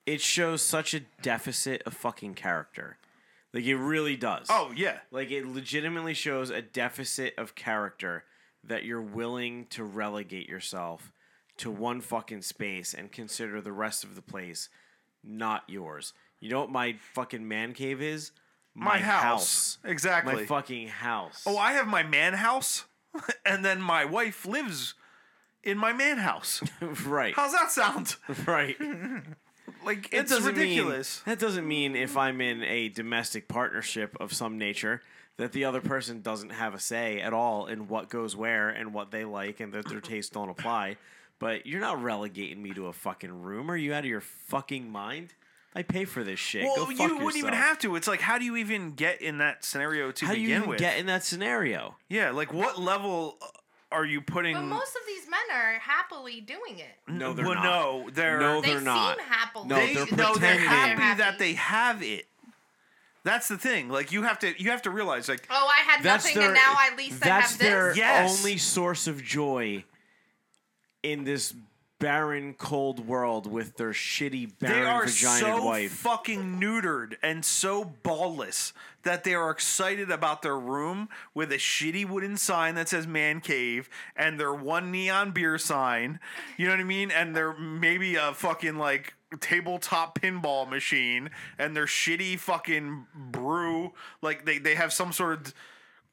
S3: It shows such a deficit of fucking character. Like, it really does.
S8: Oh, yeah.
S3: Like, it legitimately shows a deficit of character that you're willing to relegate yourself to one fucking space and consider the rest of the place not yours. You know what my fucking man cave is?
S8: My house. Exactly.
S3: My fucking house.
S8: Oh, I have my man house. and then my wife lives in my man house.
S3: right.
S8: How's that sound?
S3: Right.
S8: Like
S3: That
S8: it's
S3: doesn't mean-
S8: ridiculous.
S3: that doesn't mean if I'm in a domestic partnership of some nature that the other person doesn't have a say at all in what goes where and what they like and that their tastes don't apply. But you're not relegating me to a fucking room. Are you out of your fucking mind? I pay for this shit. Go
S8: well,
S3: fuck
S8: you wouldn't even
S3: yourself.
S8: have to. It's like how do you even get in that scenario to
S3: How do
S8: begin
S3: you even
S8: with?
S3: get in that scenario?
S8: yeah, like what level are you putting?
S11: But most of these men are happily doing it.
S3: No, they're
S8: Mm. well,
S3: not.
S8: No, they're
S3: No, They they're
S11: seem not. happily.
S8: No,
S11: No,
S8: they,
S11: they're
S8: no, they're
S11: pretending.
S8: happy
S11: They're
S8: that they have it. That's the thing. Like you have to, you have to realize, like,
S11: Oh, I had
S3: That's
S11: nothing,
S3: their,
S11: and now at least I
S3: that's
S11: have this.
S3: their
S8: Yes.
S3: only source of joy in this barren, cold world with their shitty,
S8: they
S3: barren
S8: are
S3: vagina
S8: so
S3: wife.
S8: fucking neutered and so ballless that they are excited about their room with a shitty wooden sign that says man cave and their one neon beer sign you know what i mean and their maybe a fucking like tabletop pinball machine and their shitty fucking brew like they, they have some sort of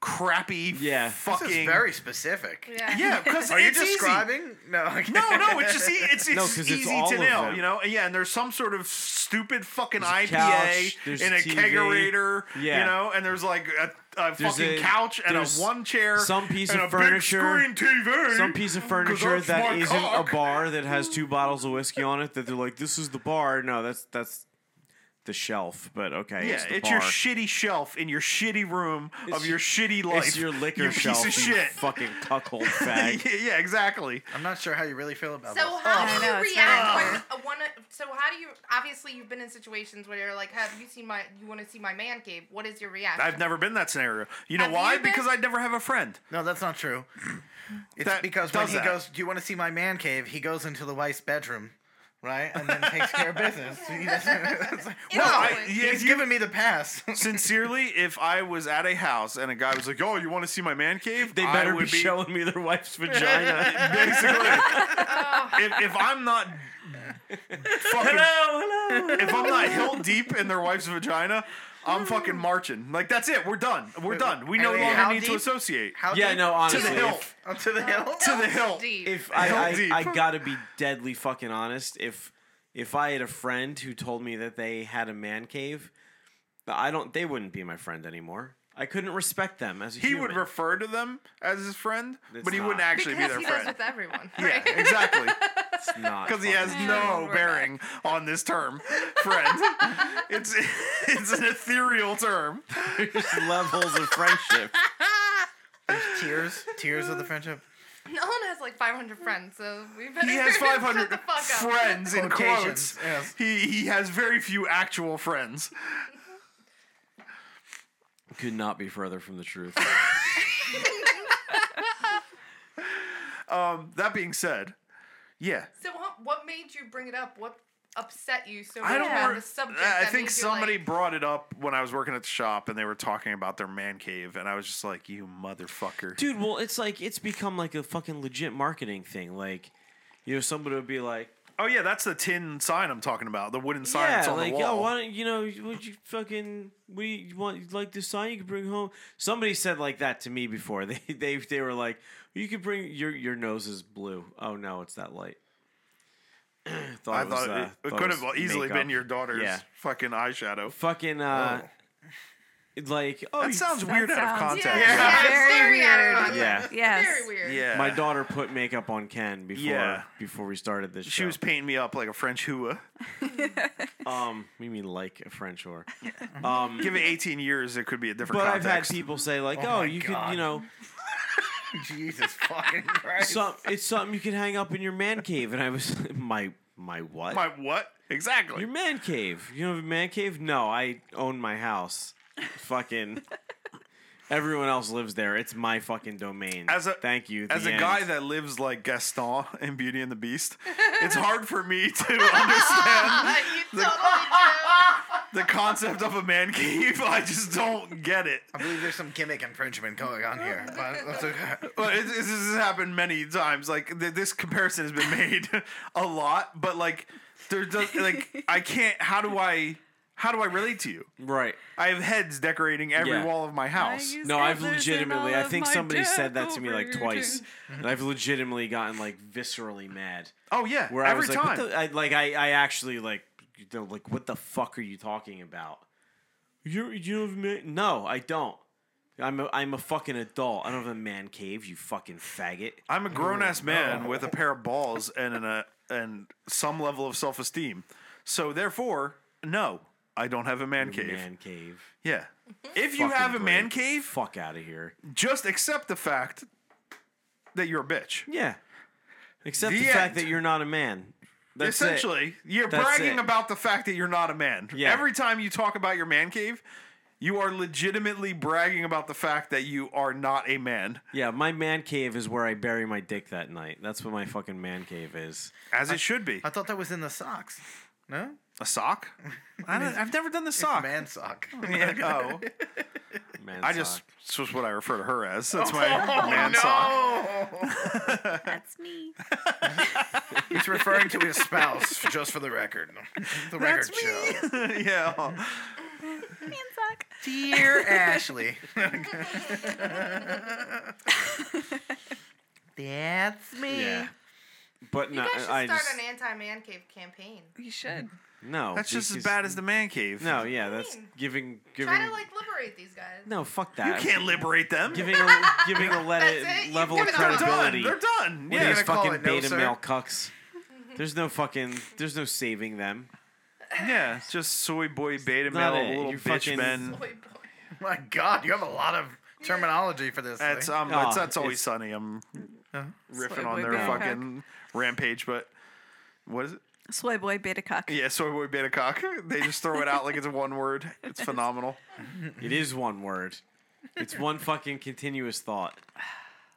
S8: crappy
S3: yeah
S8: fucking
S9: This is very specific.
S11: Yeah.
S8: yeah because
S9: Are you
S8: it's easy.
S9: describing? No. okay.
S8: No, no, it's just e- it's, it's
S3: No, 'cause it's
S8: easy
S3: all
S8: to
S3: of
S8: nail,
S3: them.
S8: you know. Yeah, and there's some sort of stupid fucking
S3: a
S8: IPA
S3: couch, there's
S8: and
S3: a
S8: a
S3: TV.
S8: kegerator,
S3: Yeah.
S8: you know, and there's like a, a
S3: There's
S8: fucking
S3: a-
S8: couch and a
S3: there's
S8: one chair,
S3: some piece
S8: and
S3: of
S8: a
S3: furniture,
S8: big screen TV,
S3: Some piece of
S8: 'cause
S3: furniture
S8: that's my
S3: that isn't
S8: cock.
S3: a bar that has two bottles of whiskey on it that they're like, this is the bar. No, that's that's the shelf, but okay.
S8: Yeah,
S3: it's,
S8: it's,
S3: the
S8: your
S3: bar.
S8: shitty shelf in your shitty room of your shitty life.
S3: It's your liquor
S8: you
S3: shelf,
S8: piece of
S3: you
S8: shit.
S3: fucking cuckold fag.
S8: yeah, yeah, exactly.
S9: I'm not sure how you really feel about
S11: So
S9: this.
S11: how
S10: I
S11: do
S10: know,
S11: you
S10: it's
S11: react when a one? of- So how do you? Obviously, you've been in situations where you're like, "Have you seen my? You want to see my man cave? What is your reaction?"
S8: I've never been in that scenario. You know
S11: Have you
S8: why?
S11: been-
S8: because I'd never have a friend.
S9: No, that's not true. It's
S8: That
S9: because when
S8: does
S9: he
S8: that.
S9: goes, "Do you want to see my man cave?" He goes into the wife's bedroom, right, and then takes care of business. He doesn't- it's like,
S11: No,
S9: wow,
S11: I-
S8: yeah,
S9: he's
S8: you-
S9: giving me the pass.
S8: Sincerely, if I was at a house and a guy was like, "Oh, you want to see my man cave?"
S3: They
S8: I
S3: better be
S8: would
S3: showing me their wife's vagina.
S8: basically. if, if I'm not fucking,
S3: hello,
S8: if I'm not hill deep in their wife's vagina, I'm fucking marching. Like that's it. We're done. We're done. We no
S9: Wait,
S8: longer
S9: how
S8: need to
S9: deep?
S8: associate.
S9: How
S3: Yeah,
S9: deep?
S3: no,
S8: to the
S3: honestly.
S8: hill.
S3: if-
S9: Up to the hill.
S8: to the hill.
S11: Deep.
S3: if I,
S8: Hell deep.
S3: I, I gotta be deadly fucking honest, if if I had a friend who told me that they had a man cave, I don't. They wouldn't be my friend anymore. I couldn't respect them as a
S8: He
S3: human.
S8: would refer to them as his friend,
S3: It's
S8: but he
S3: not.
S8: wouldn't actually
S11: because
S8: be their
S11: he
S8: friend.
S11: does with everyone.
S8: yeah,
S11: right?
S8: exactly.
S3: It's not
S8: Because he has
S3: fucking true.
S8: no bearing on this term, friend. it's it's an ethereal term.
S3: There's levels of friendship.
S9: Tears, tears of the friendship.
S11: Nolan has like 500 friends, so we better.
S8: He has
S11: shut the
S8: 500
S11: fuck up.
S8: friends in
S9: Quotations,
S8: quotes.
S9: yes.
S8: He he has very few actual friends.
S3: Could not be further from the truth.
S8: Um, that being said, yeah,
S11: So what, what made you bring it up? What upset you so much
S8: I don't.
S11: about
S8: re-
S11: the subject?
S8: I- I
S11: that
S8: think
S11: made you,
S8: somebody
S11: like,
S8: brought it up when I was working at the shop, and they were talking about their man cave, and I was just like, "You motherfucker!"
S3: Dude, well, it's like it's become like a fucking legit marketing thing. Like, you know, somebody would be like,
S8: Oh yeah, that's the tin sign I'm talking about, the wooden sign that's on
S3: like,
S8: the
S3: yo,
S8: wall.
S3: why don't you know? Would you fucking we you want you like this sign you could bring home? Somebody said like that to me before. They they they were like, you could bring your your nose is blue. Oh no, it's that light. thought
S8: I
S3: it was,
S8: thought
S3: uh,
S8: it, it
S3: thought
S8: could
S3: was
S8: have easily
S3: makeup.
S8: been your daughter's
S3: Yeah.
S8: fucking eyeshadow.
S3: Fucking uh, it- like oh, you-
S8: That sounds
S10: That
S8: weird out of
S10: sounds-
S8: context.
S11: Yeah,
S10: Yeah.
S11: yeah,
S10: Very
S11: very
S10: weird.
S11: weird.
S3: Yeah.
S10: Yes.
S11: Very weird.
S8: Yeah.
S3: my daughter put makeup on Ken before
S8: Yeah.
S3: before we started this.
S8: She
S3: show.
S8: was painting me up like a French hua.
S3: um, we mean like a French whore. Um,
S8: Give it 18 years, it could be a different
S3: But I've
S8: context.
S3: had people say like,
S9: Oh
S3: oh
S9: my
S3: you could you
S9: God.
S3: know.
S9: Jesus fucking Christ.
S3: some it's something you can hang up in your man cave and i was my my what
S8: My what? Exactly.
S3: your man cave you know a man cave no i own my house fucking everyone else lives there it's my fucking domain
S8: As a-
S3: thank you
S8: As
S3: the
S8: a guy
S3: end.
S8: that lives like Gaston in Beauty and the Beast, it's hard for me to understand
S11: You totally do.
S8: the concept of a man cave. I just don't get it.
S9: I believe there's some gimmick infringement going on here, but that's okay.
S8: Well, it, this has happened many times. Like th- this comparison has been made a lot, but like there does like I can't. How do I How do I relate to you?
S3: Right.
S8: I have heads decorating every
S3: Yeah.
S8: wall of my house.
S3: No, I've legitimately. I think somebody said that to me like twice, and I've legitimately gotten like viscerally mad.
S8: Oh, yeah,
S3: where I
S8: every
S3: was like, what
S8: time.
S3: the- I, like I, I actually like, you know, like what the fuck are you talking about? You, you have ma- no, I don't. I'm a, I'm a fucking adult. I don't have a man cave. You fucking faggot.
S8: I'm a grown ass man with a pair of balls and an, uh, and some level of self esteem. So therefore, no, I don't have a man cave.
S3: man cave.
S8: Yeah. If you
S3: Fucking
S8: have a man
S3: great.
S8: cave,
S3: fuck out of here.
S8: Just accept the fact that you're a bitch.
S3: Yeah. Except
S8: The
S3: the, fact
S8: end.
S3: that you're not a man. That's it.
S8: Essentially, you're
S3: That's
S8: bragging
S3: it.
S8: about the fact that you're not a man.
S3: Yeah.
S8: Every time you talk about your man cave, you are legitimately bragging about the fact that you are not a man,
S3: Yeah, my man cave is where I bury my dick that night. That's what my fucking man cave is.
S8: as it should be.
S9: I thought that was in the socks. No?
S8: A sock? I don't, I've never done the sock.
S9: Man sock.
S8: Yeah, oh.
S3: Man
S8: I just it's just what I refer to her as. That's my man sock.
S10: Oh. That's me.
S9: He's referring to his spouse, just for the record. The record show.
S8: yeah. Oh,
S10: Man sock.
S9: Dear Ashley. That's me.
S3: Yeah. But
S11: You
S3: no,
S11: guys should
S3: I
S11: start
S3: just
S11: an anti-man cave campaign.
S10: You should.
S3: no.
S8: That's just as
S3: because-
S8: bad as the man cave.
S3: No, yeah, that's giving giving.
S11: Try to like liberate these guys.
S3: no, fuck that.
S8: You can't liberate them.
S3: Giving a giving a let
S11: That's
S3: it,
S11: it, you
S3: level of
S11: give it up.
S3: credibility.
S8: They're done.
S3: with these
S8: Yeah.
S9: You're gonna call
S3: fucking
S9: it no,
S3: beta
S9: sir?
S3: male cucks. There's no fucking. There's no saving them.
S8: Yeah. it's Just soy boy beta
S3: Not
S8: male
S3: it.
S8: little
S3: You
S8: bitch
S3: fucking-
S8: men.
S11: Boy, boy.
S9: My God, you have a lot of terminology for this.
S8: That's
S9: thing.
S8: um,
S3: Ah,
S8: that's, that's
S3: it's-
S8: always sunny. I'm riffing
S10: Soy
S8: on
S10: boy
S8: their
S10: beta cock.
S8: fucking rampage, but what is it?
S10: Soy boy beta cuck.
S8: Yeah, soy boy beta cock. They just throw it out like it's one word. It's phenomenal.
S3: It is one word. It's one fucking continuous thought.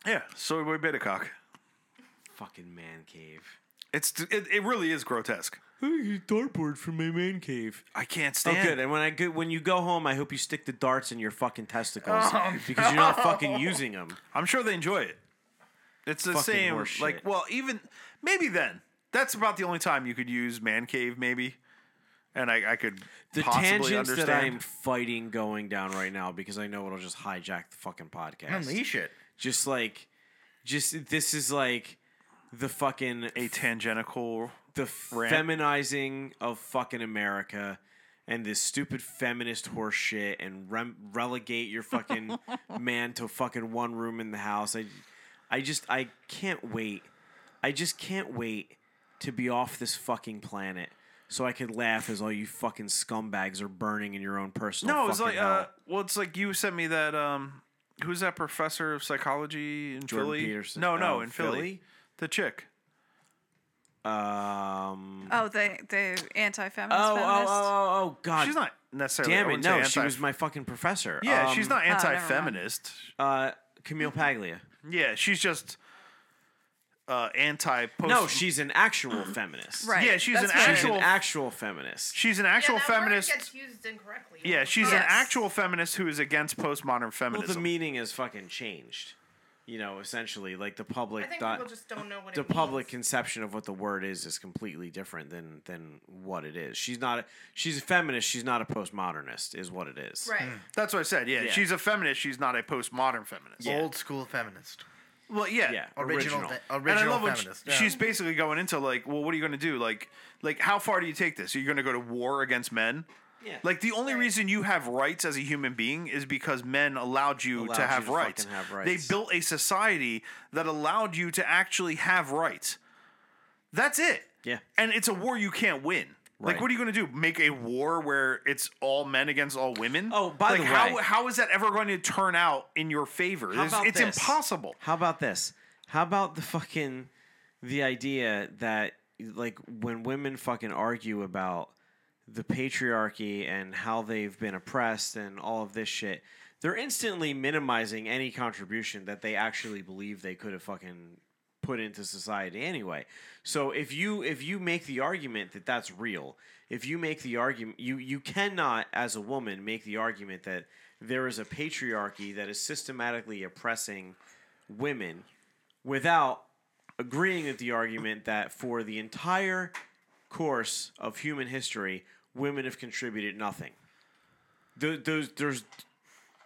S8: Yeah, soy boy beta cock.
S3: Fucking man cave.
S8: It's it, it really is grotesque.
S3: Dartboard from my man cave.
S8: I can't
S3: Oh,
S8: stand.
S3: good. And when I go, when you go home, I hope you stick the darts in your fucking testicles because you're not fucking using them.
S8: I'm sure they enjoy it. It's the
S3: Fucking
S8: same.
S3: horse
S8: Like,
S3: shit.
S8: well, even maybe then that's about the only time you could use man cave, maybe. And I, I could
S3: The
S8: possibly
S3: tangents
S8: understand.
S3: that I'm fighting going down right now because I know it'll just hijack the fucking podcast.
S9: Unleash it.
S3: Just like, just this is like the fucking
S8: a tangential.
S3: the
S8: Rant.
S3: feminizing of fucking America and this stupid feminist horse shit and rem- relegate your fucking man to fucking one room in the house. I, I just I can't wait. I just can't wait to be off this fucking planet so I could laugh as all you fucking scumbags are burning in your own personal.
S8: No, it's
S3: fucking
S8: like
S3: hell.
S8: uh, well, it's like you sent me that um, who's that professor of psychology in
S3: Jordan
S8: Philly?
S3: Peterson.
S8: No, no,
S3: Oh,
S8: in Philly. the chick. uh,
S3: Um.
S10: Oh, the the anti-feminist
S3: Oh, oh,
S10: feminist.
S3: oh, oh, God!
S8: She's not necessarily. I
S3: Damn it!
S8: wouldn't say
S3: No, she
S8: anti-
S3: was my fucking professor.
S8: Yeah,
S3: Um,
S8: she's not
S10: Oh, never mind.
S8: anti-feminist.
S3: Uh, Camille Paglia.
S8: Yeah, she's just uh, anti-post.
S3: No, she's an actual feminist.
S10: Right.
S8: Yeah, she's
S10: That's
S8: an
S10: what it is.
S3: She's an
S8: Actual-
S3: actual feminist.
S8: She's an actual
S11: yeah, that
S8: feminist.
S11: Word gets used incorrectly.
S8: Yeah, she's an
S10: Yes.
S8: actual feminist who is against postmodern
S3: Well,
S8: feminism.
S3: the meaning is fucking changed. You know, essentially, like the
S11: I
S3: public,
S11: think
S3: thought-
S11: people just don't know what
S3: the
S11: it means.
S3: public conception of what the word is is completely different than than what it is. She's not. A, she's a feminist. She's not a postmodernist. Is what it is. Hmm.
S11: Right.
S8: That's what I said. Yeah,
S3: Yeah.
S8: she's a feminist. She's not a postmodern feminist.
S3: Yeah.
S9: Old school feminist.
S8: Well, yeah.
S3: Yeah.
S9: Original,
S3: Original.
S9: fe-
S8: And I
S9: original
S8: love when
S9: feminist.
S8: she- she's basically going into like, well, what are you going to do? Like, like how far do you take this? Are you going to go to war against men?
S3: Yeah.
S8: Like the only reason you have rights as a human being is because men allowed you
S3: Allowed
S8: to
S3: you
S8: have,
S3: to
S8: rights.
S3: fucking have
S8: They
S3: rights.
S8: built a society that allowed you to actually have rights. That's it.
S3: Yeah.
S8: And it's a war you can't win. Like
S3: Right.
S8: what are you going to do? Make a war where it's all men against all women?
S3: Oh, by
S8: like,
S3: the
S8: how,
S3: way-
S8: how is that ever going to turn out in your favor?
S3: How
S8: It's,
S3: about
S8: it's
S3: this?
S8: impossible.
S3: How about this? How about the fucking the idea that like when women fucking argue about the patriarchy and how they've been oppressed and all of this shit, they're instantly minimizing any contribution that they actually believe they could have fucking put into society anyway. So if you if you make the argument that that's real, if you make the argument you you cannot as a woman make the argument that there is a patriarchy that is systematically oppressing women without agreeing with the argument that for the entire course of human history, women have contributed nothing. Th- Those there's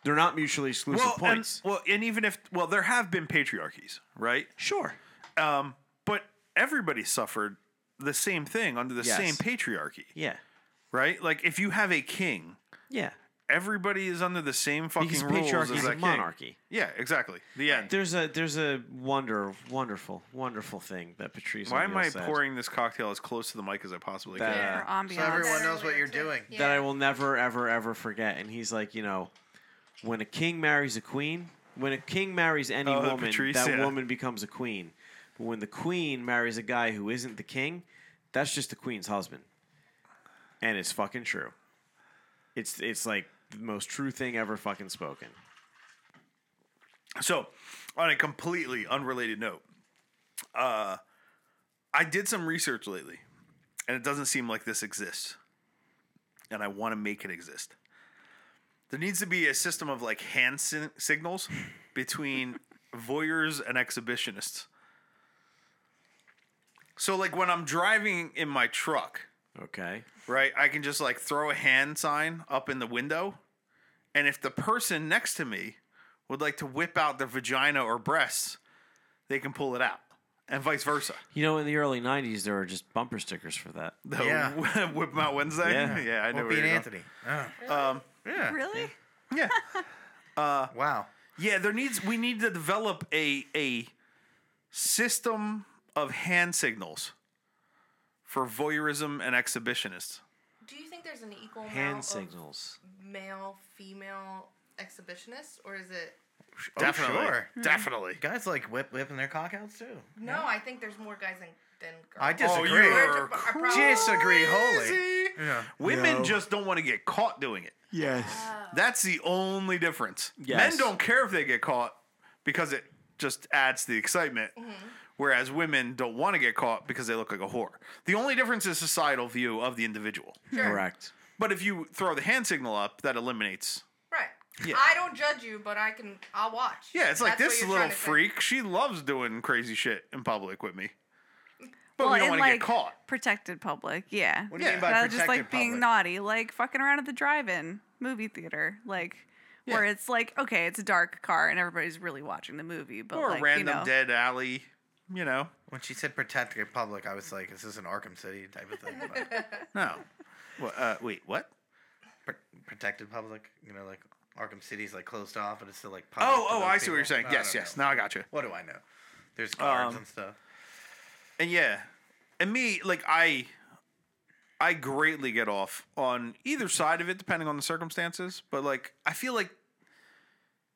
S3: they're not mutually exclusive
S8: well,
S3: points.
S8: And, well, and even if well, there have been patriarchies, right?
S3: Sure.
S8: Um, but everybody suffered the same thing under the
S3: Yes.
S8: same patriarchy.
S3: Yeah.
S8: Right? Like if you have a king,
S3: Yeah.
S8: everybody is under the same fucking
S3: Because
S8: rules
S3: patriarchy
S8: as
S3: is
S8: that
S3: a
S8: king.
S3: monarchy.
S8: Yeah, exactly. The end.
S3: There's a there's a wonder wonderful wonderful thing that Patrice.
S8: Why am
S3: O'Neill
S8: I
S3: said
S8: pouring this cocktail as close to the mic as I possibly can?
S3: That, uh,
S9: So everyone knows what you're doing.
S3: that I will never ever ever forget? And he's like, you know, when a king marries a queen, when a king marries any
S8: Oh, the
S3: woman,
S8: Patrice,
S3: that
S8: yeah.
S3: woman becomes a queen. But when the queen marries a guy who isn't the king, that's just the queen's husband. And it's fucking true. It's it's like the most true thing ever fucking spoken.
S8: So, on a completely unrelated note, uh, I did some research lately, and it doesn't seem like this exists, and I want to make it exist. There needs to be a system of like hand sin- signals between voyeurs and exhibitionists. So, like when I'm driving in my truck,
S3: Okay.
S8: right? I can just like throw a hand sign up in the window. And if the person next to me would like to whip out their vagina or breasts, they can pull it out. And vice versa.
S3: You know, in the early '90s, there were just bumper stickers for that.
S8: The whip 'em out Wednesday.
S3: Yeah.
S8: Yeah, I know.
S3: Whoopi
S8: where
S3: and
S8: you're
S3: Anthony.
S9: Oh,
S8: going. Um, yeah.
S10: Really?
S8: Yeah. Uh,
S9: wow.
S8: Yeah, there needs we need to develop a a system of hand signals for voyeurism and exhibitionists.
S11: Do you think there's an equal
S8: Hand
S11: amount
S8: signals.
S11: of male female exhibitionists, or is it?
S9: Oh,
S8: Definitely.
S9: sure.
S8: Definitely.
S9: Guys like whip whipping their cock outs too.
S11: No, I think there's more guys than than girls.
S9: I disagree.
S11: We're d- a problem.
S9: disagree wholly.
S8: Yeah. Women
S9: No.
S8: just don't want to get caught doing it.
S6: Yes.
S8: That's the only difference.
S6: Yes.
S8: Men don't care if they get caught because it just adds to the excitement. Whereas women don't want to get caught because they look like a whore. The only difference is societal view of the individual.
S11: Sure.
S3: Correct.
S8: But if you throw the hand signal up, that eliminates.
S11: Right.
S8: Yeah.
S11: I don't judge you, but I can. I'll watch.
S8: Yeah, it's like
S11: That's what
S8: this
S11: you're
S8: little
S11: trying to say.
S8: freak. She loves doing crazy shit in public with me. But
S10: well,
S8: we don't
S10: and
S8: want to
S10: like
S8: get caught.
S10: protected public, yeah.
S8: What do you mean by
S10: That's just
S8: protected
S10: like being
S8: public?
S10: naughty, like fucking around at the drive-in movie theater, like where it's like okay, it's a dark car and everybody's really watching the movie, but
S8: or
S10: like,
S8: a random
S10: you know,
S8: dead alley, you know.
S9: When she said protect the public, I was like, is this an Arkham City type of thing?
S8: No. Well, uh, wait, what?
S9: Pr- protected public? You know, like Arkham City's like closed off, but it's still like public.
S8: Oh,
S9: for
S8: oh,
S9: those
S8: I see what
S9: people.
S8: you're saying.
S9: No, I
S8: yes,
S9: don't
S8: yes. Um,
S9: know.
S8: Now I got you.
S9: What do I know? There's cards and stuff.
S8: And yeah, and me like I, I greatly get off on either side of it depending on the circumstances. But like I feel like,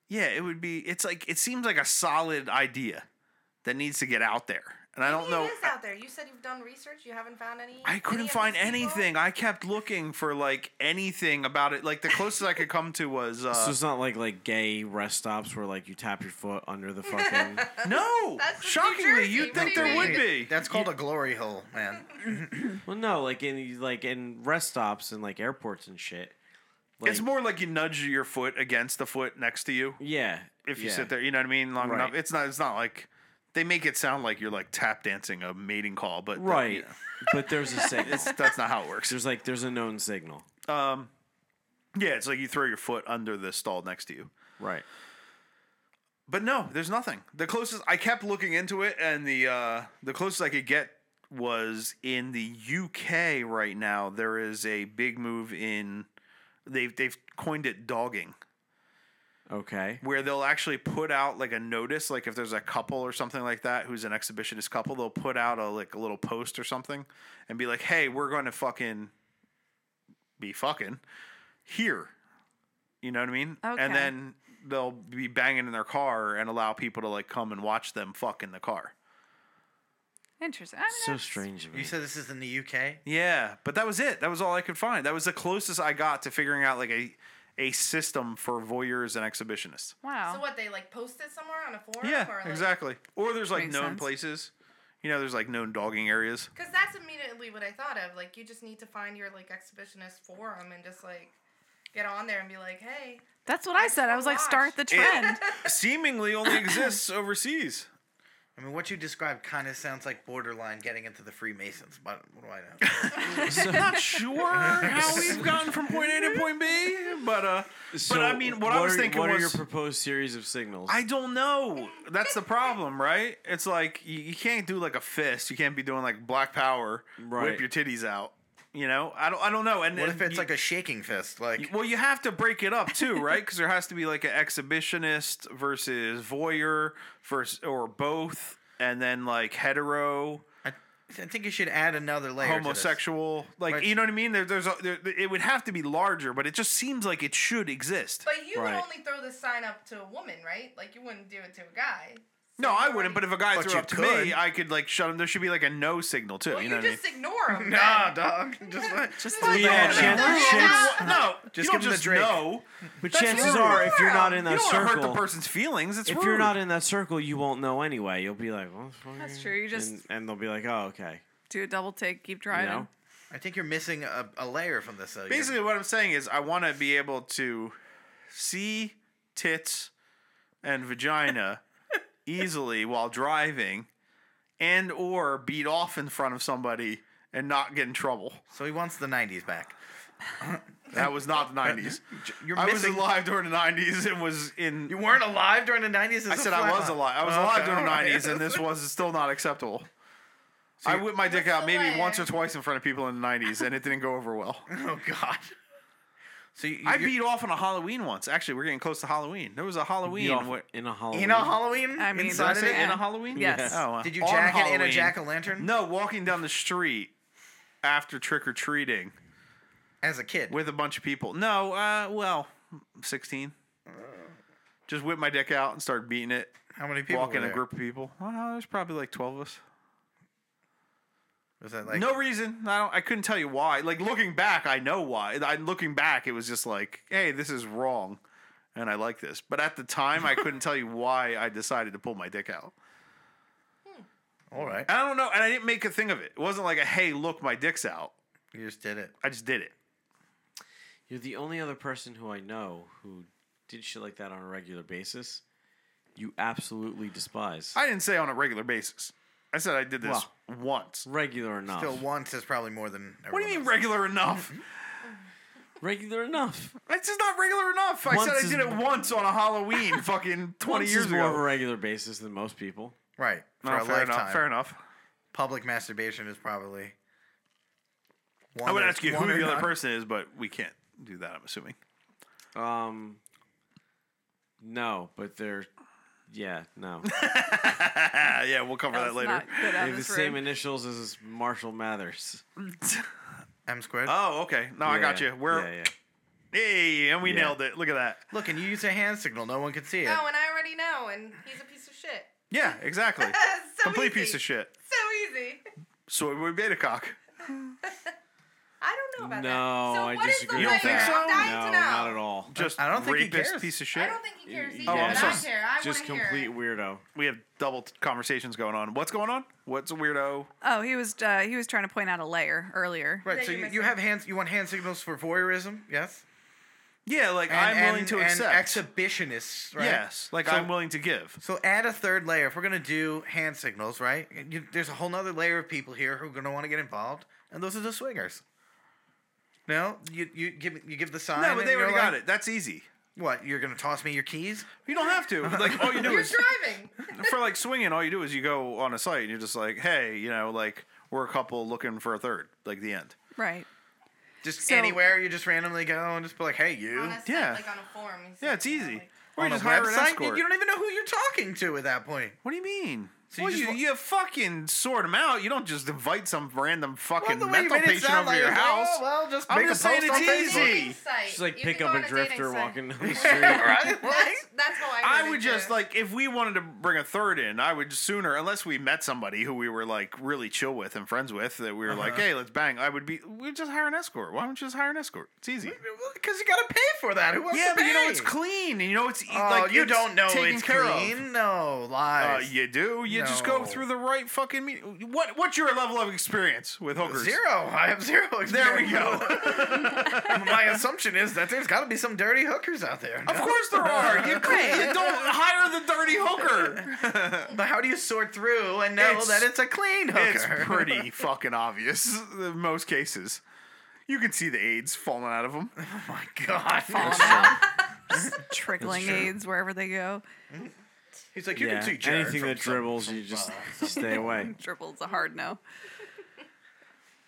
S8: yeah, it would be. It's like it seems like a solid idea that needs to get out there, and I don't know.
S11: It is out there. You said you've done research. You haven't found any.
S8: I couldn't
S11: any of
S8: find
S11: these people?
S8: anything. I kept looking for like anything about it. Like the closest I could come to was uh,
S3: so it's not like like gay rest stops where like you tap your foot under the fucking.
S8: no. Shockingly, you'd think there would be.
S9: That's called a glory hole, man.
S3: well, no, like in like in rest stops and like airports and shit. Like,
S8: it's more like you nudge your foot against the foot next to you.
S3: Yeah.
S8: If you
S3: yeah.
S8: sit there, you know what I mean, long
S3: Right.
S8: enough. It's not it's not like they make it sound like you're like tap dancing a mating call, but
S3: right, but there's a signal.
S8: It's- that's not how it works.
S3: There's like there's a known signal.
S8: um yeah, it's like you throw your foot under the stall next to you.
S3: Right.
S8: But no, there's nothing. The closest I kept looking into it and the uh the closest I could get was in the UK right now. There is a big move in they've they've coined it dogging.
S3: Okay.
S8: where they'll actually put out like a notice like if there's a couple or something like that who's an exhibitionist couple they'll put out a like a little post or something and be like hey we're going to fucking be fucking here you know what i mean
S10: Okay.
S8: and then they'll be banging in their car and allow people to like come and watch them fuck in the car
S10: interesting. I mean, that's-
S3: strange
S9: You said this is in the UK?
S8: yeah but that was it that was all i could find that was the closest i got to figuring out like a a system for voyeurs and exhibitionists
S10: Wow.
S11: So what? They like post it somewhere on a forum?
S8: Yeah,
S11: or like,
S8: exactly. Or there's like
S11: Makes
S8: known
S11: sense.
S8: places. You know, there's like known dogging areas.
S11: Because that's immediately what I thought of. Like, you just need to find your like exhibitionist forum and just like get on there and be like, hey,
S10: That's what I said. I was like, start the
S8: It
S10: trend.
S8: seemingly only exists overseas.
S9: I mean, what you described kind of sounds like borderline getting into the Freemasons, but what do I know?
S8: I'm not sure how we've gotten from point A to point B, but uh, but I mean, what, I was
S3: are,
S8: thinking
S3: what
S8: was
S3: are your proposed series of signals?
S8: I don't know. That's the problem, right? It's like you, you can't do like a fist. You can't be doing like black power,
S9: Right.
S8: whip your titties out. You know, I don't. I don't know. And
S9: What
S8: and
S9: if it's
S8: you-
S9: like a shaking fist? Like,
S8: well, you have to break it up too, right? Because there has to be like an exhibitionist versus voyeur, versus or both, and then like hetero.
S9: I, I think you should add another layer. to this.
S8: Homosexual, like
S9: Like-
S8: you know what I mean. There, there's a, there, it would have to be larger, but it just seems like it should exist.
S11: But you would only throw this sign up to a woman, right? Like you wouldn't do it to a guy.
S8: No, I wouldn't. But if a guy
S9: But
S8: threw
S9: you
S8: up to
S9: could.
S8: me, I could like shut him. There should be like a no signal too.
S11: Well, you,
S8: you know what I mean?
S11: just ignore him.
S9: Nah, dog. Just
S11: just
S8: Well, yeah, Chan- Chan- no,
S3: Just
S8: you
S3: give him
S8: don't
S3: the
S8: just
S3: drink.
S8: know.
S3: But
S8: That's
S3: chances
S8: rude.
S3: are, if you're not in that
S8: you don't wanna
S3: circle,
S8: hurt the person's feelings. It's
S3: if
S8: rude.
S3: you're not in that circle, you won't know anyway. You'll be like, well,
S10: That's true. You just
S3: and, and they'll be like, oh, okay.
S10: do a double take, keep driving.
S3: No.
S9: I think you're missing a, a layer from this. Though.
S8: Basically, what I'm saying is, I want to be able to see tits and vagina easily while driving, and or beat off in front of somebody and not get in trouble.
S9: So he wants the '90s back.
S8: that was not the '90s.
S9: You're
S8: I was
S9: missing-
S8: alive during the '90s and was in.
S9: You weren't alive during the '90s.
S8: I
S9: It's a
S8: said I
S9: flat
S8: was
S9: line.
S8: alive. I was
S9: Okay,
S8: alive during the
S9: all right.
S8: '90s, and this was still not acceptable.
S9: So
S8: I
S9: you-
S8: whipped my dick out maybe
S9: layer?
S8: once or twice in front of people in the '90s, and it didn't go over well.
S9: Oh God. So you,
S8: I beat off on a Halloween once. Actually, we're getting close to Halloween. There was a Halloween
S3: off
S8: where-
S3: in a
S9: In a Halloween?
S10: I mean, uh,
S9: Inside
S8: Did
S9: of
S8: I
S9: it?
S8: say in a Halloween?
S9: Yes.
S8: Oh, wow.
S9: Did you
S8: On
S9: jack it in a
S8: Halloween.
S9: jack o' lantern?
S8: No, walking down the street after trick or treating.
S9: As a kid.
S8: With a bunch of people. No, uh, well, 16. Just whipped my dick out and started beating it.
S9: How many people
S8: Walking
S9: were
S8: a
S9: there?
S8: group of people. Well, there's probably like 12 of us.
S9: Was that like
S8: no reason. I don't. I couldn't tell you why. Like looking back, I know why. I looking back, it was just like, hey, this is wrong, and I like this. But at the time, I couldn't tell you why I decided to pull my dick out.
S9: All right.
S8: I don't know, and I didn't make a thing of it. It wasn't like a hey, look, my dick's out.
S9: You just did it.
S8: I just did it.
S3: You're the only other person who I know who did shit like that on a regular basis. You absolutely despise.
S8: I didn't say on a regular basis. I said I did this once.
S3: Regular enough.
S9: Still, once is probably more than.
S8: What do you mean regular enough?
S3: regular enough.
S8: It's just not regular enough. I
S3: Once
S8: said I
S3: is-
S8: did it once on a Halloween, fucking twenty
S3: Once
S8: years
S3: is more of a
S8: ago.
S3: regular basis than most people.
S9: Right.
S8: No,
S9: for a
S8: fair enough,
S9: lifetime.
S8: fair enough.
S9: Public masturbation is probably.
S8: I would
S9: or-
S8: ask you who
S9: one or
S8: the other
S9: none.
S8: person is, but we can't do that. I'm assuming.
S3: Um, no, but they're, yeah, no.
S8: Uh, yeah, we'll cover
S3: That's
S8: that later.
S3: not good on They have this the same room. initials as Marshall Mathers.
S9: M squared.
S8: Oh, okay. No, I got
S3: Yeah,
S8: you. We're
S3: yeah,
S8: hey, and we
S9: Yeah.
S8: nailed it. Look at that.
S9: Look, and you use a hand signal. No one can see it.
S11: Oh, and I already know, and he's a piece of shit.
S8: Yeah, exactly.
S11: So
S8: Complete
S11: easy.
S8: piece of shit.
S11: So easy.
S8: So we made a cock.
S11: I don't know about
S3: No,
S11: that. So what
S3: I
S11: is the
S3: disagree.
S8: You don't think
S11: layer?
S8: so?
S11: I'm dying to
S3: No,
S11: know.
S3: not at all.
S8: Just
S3: I don't think he
S8: rapist
S3: cares.
S8: piece of shit.
S11: I don't think he cares either,
S8: Oh, I'm
S11: but I
S8: sorry.
S11: care. I
S8: Just
S11: want to hear
S8: complete
S11: it.
S3: weirdo.
S8: We have double t- conversations going on. What's going on? What's a weirdo?
S10: Oh, he was uh, he was trying to point out a layer earlier.
S9: Right. so you, you have hands. You want hand signals for voyeurism? Yes.
S8: Yeah, like I'm willing to
S9: and
S8: accept.
S9: exhibitionists, right?
S8: Yes, like I'm willing to give.
S9: So add a third layer. If we're gonna do hand signals, right? You, there's a whole nother layer of people here who are gonna want to get involved, and those are the swingers. No, you you give you give the sign.
S8: No, but
S9: and
S8: they
S9: you're
S8: already got
S9: like,
S8: it. That's easy.
S9: What? You're gonna toss me your keys?
S8: You don't have to. Like all you do
S9: You're
S8: is for like swinging. All you do is you go on a site and you're just like, hey, you know, like we're a couple looking for a third, like the end.
S10: Right.
S9: Just
S10: So-
S9: anywhere you just randomly go and just be like, hey, you.
S8: yeah. yeah, it's easy. Or you just hire an escort.
S9: You don't even know who you're talking to at that point.
S8: What do you mean?
S9: So
S8: well,
S9: you,
S8: you,
S9: just wa-
S8: you fucking sort them out. You don't just invite some random fucking
S9: the way you
S8: mental
S9: made it
S8: patient over
S9: sound like
S8: your
S9: it's like,
S8: house.
S9: oh, well, just
S8: I'm
S9: make a
S8: just saying
S9: post on
S8: it's
S9: Facebook.
S8: easy.
S3: Just like
S11: You
S3: pick
S11: can
S3: up
S11: go
S3: a
S11: on a dating
S3: drifter
S11: site.
S3: walking down the street.
S11: That's, that's how I heard
S8: I
S11: it,
S8: would
S11: too.
S8: just like if we wanted to bring a third in, I would sooner unless we met somebody who we were like really chill with and friends with that we were like,
S9: Uh-huh.
S8: hey, let's bang. I would be we just hire an escort. Why don't you just hire an escort? It's easy.
S9: Because you gotta pay for that. Who wants
S8: yeah,
S9: to
S8: but
S9: pay?
S8: you know it's clean and you know it's
S9: Oh,
S8: like
S9: you
S8: it's
S9: don't know
S8: taken
S9: it's
S8: care
S9: clean. No
S8: of. Uh,
S9: lies.
S8: you do. You You just go through the right fucking. Me- what What's your level of experience with hookers?
S9: Zero. I have zero.
S8: There we go.
S9: My assumption is that there's got to be some dirty hookers out there.
S8: Of course there are. You, cl- you don't hire the dirty hooker.
S9: but how do you sort through and know that it's a clean hooker?
S8: It's pretty fucking obvious in most cases. You can see the AIDS falling out of them. Oh my
S9: God.
S10: Falling
S8: out. That's
S10: trickling
S8: true.
S10: AIDS wherever they go.
S9: He's like,
S3: you can Yeah, see Jared anything from that some- dribbles, from you just far. stay away.
S10: Dribbles a hard no.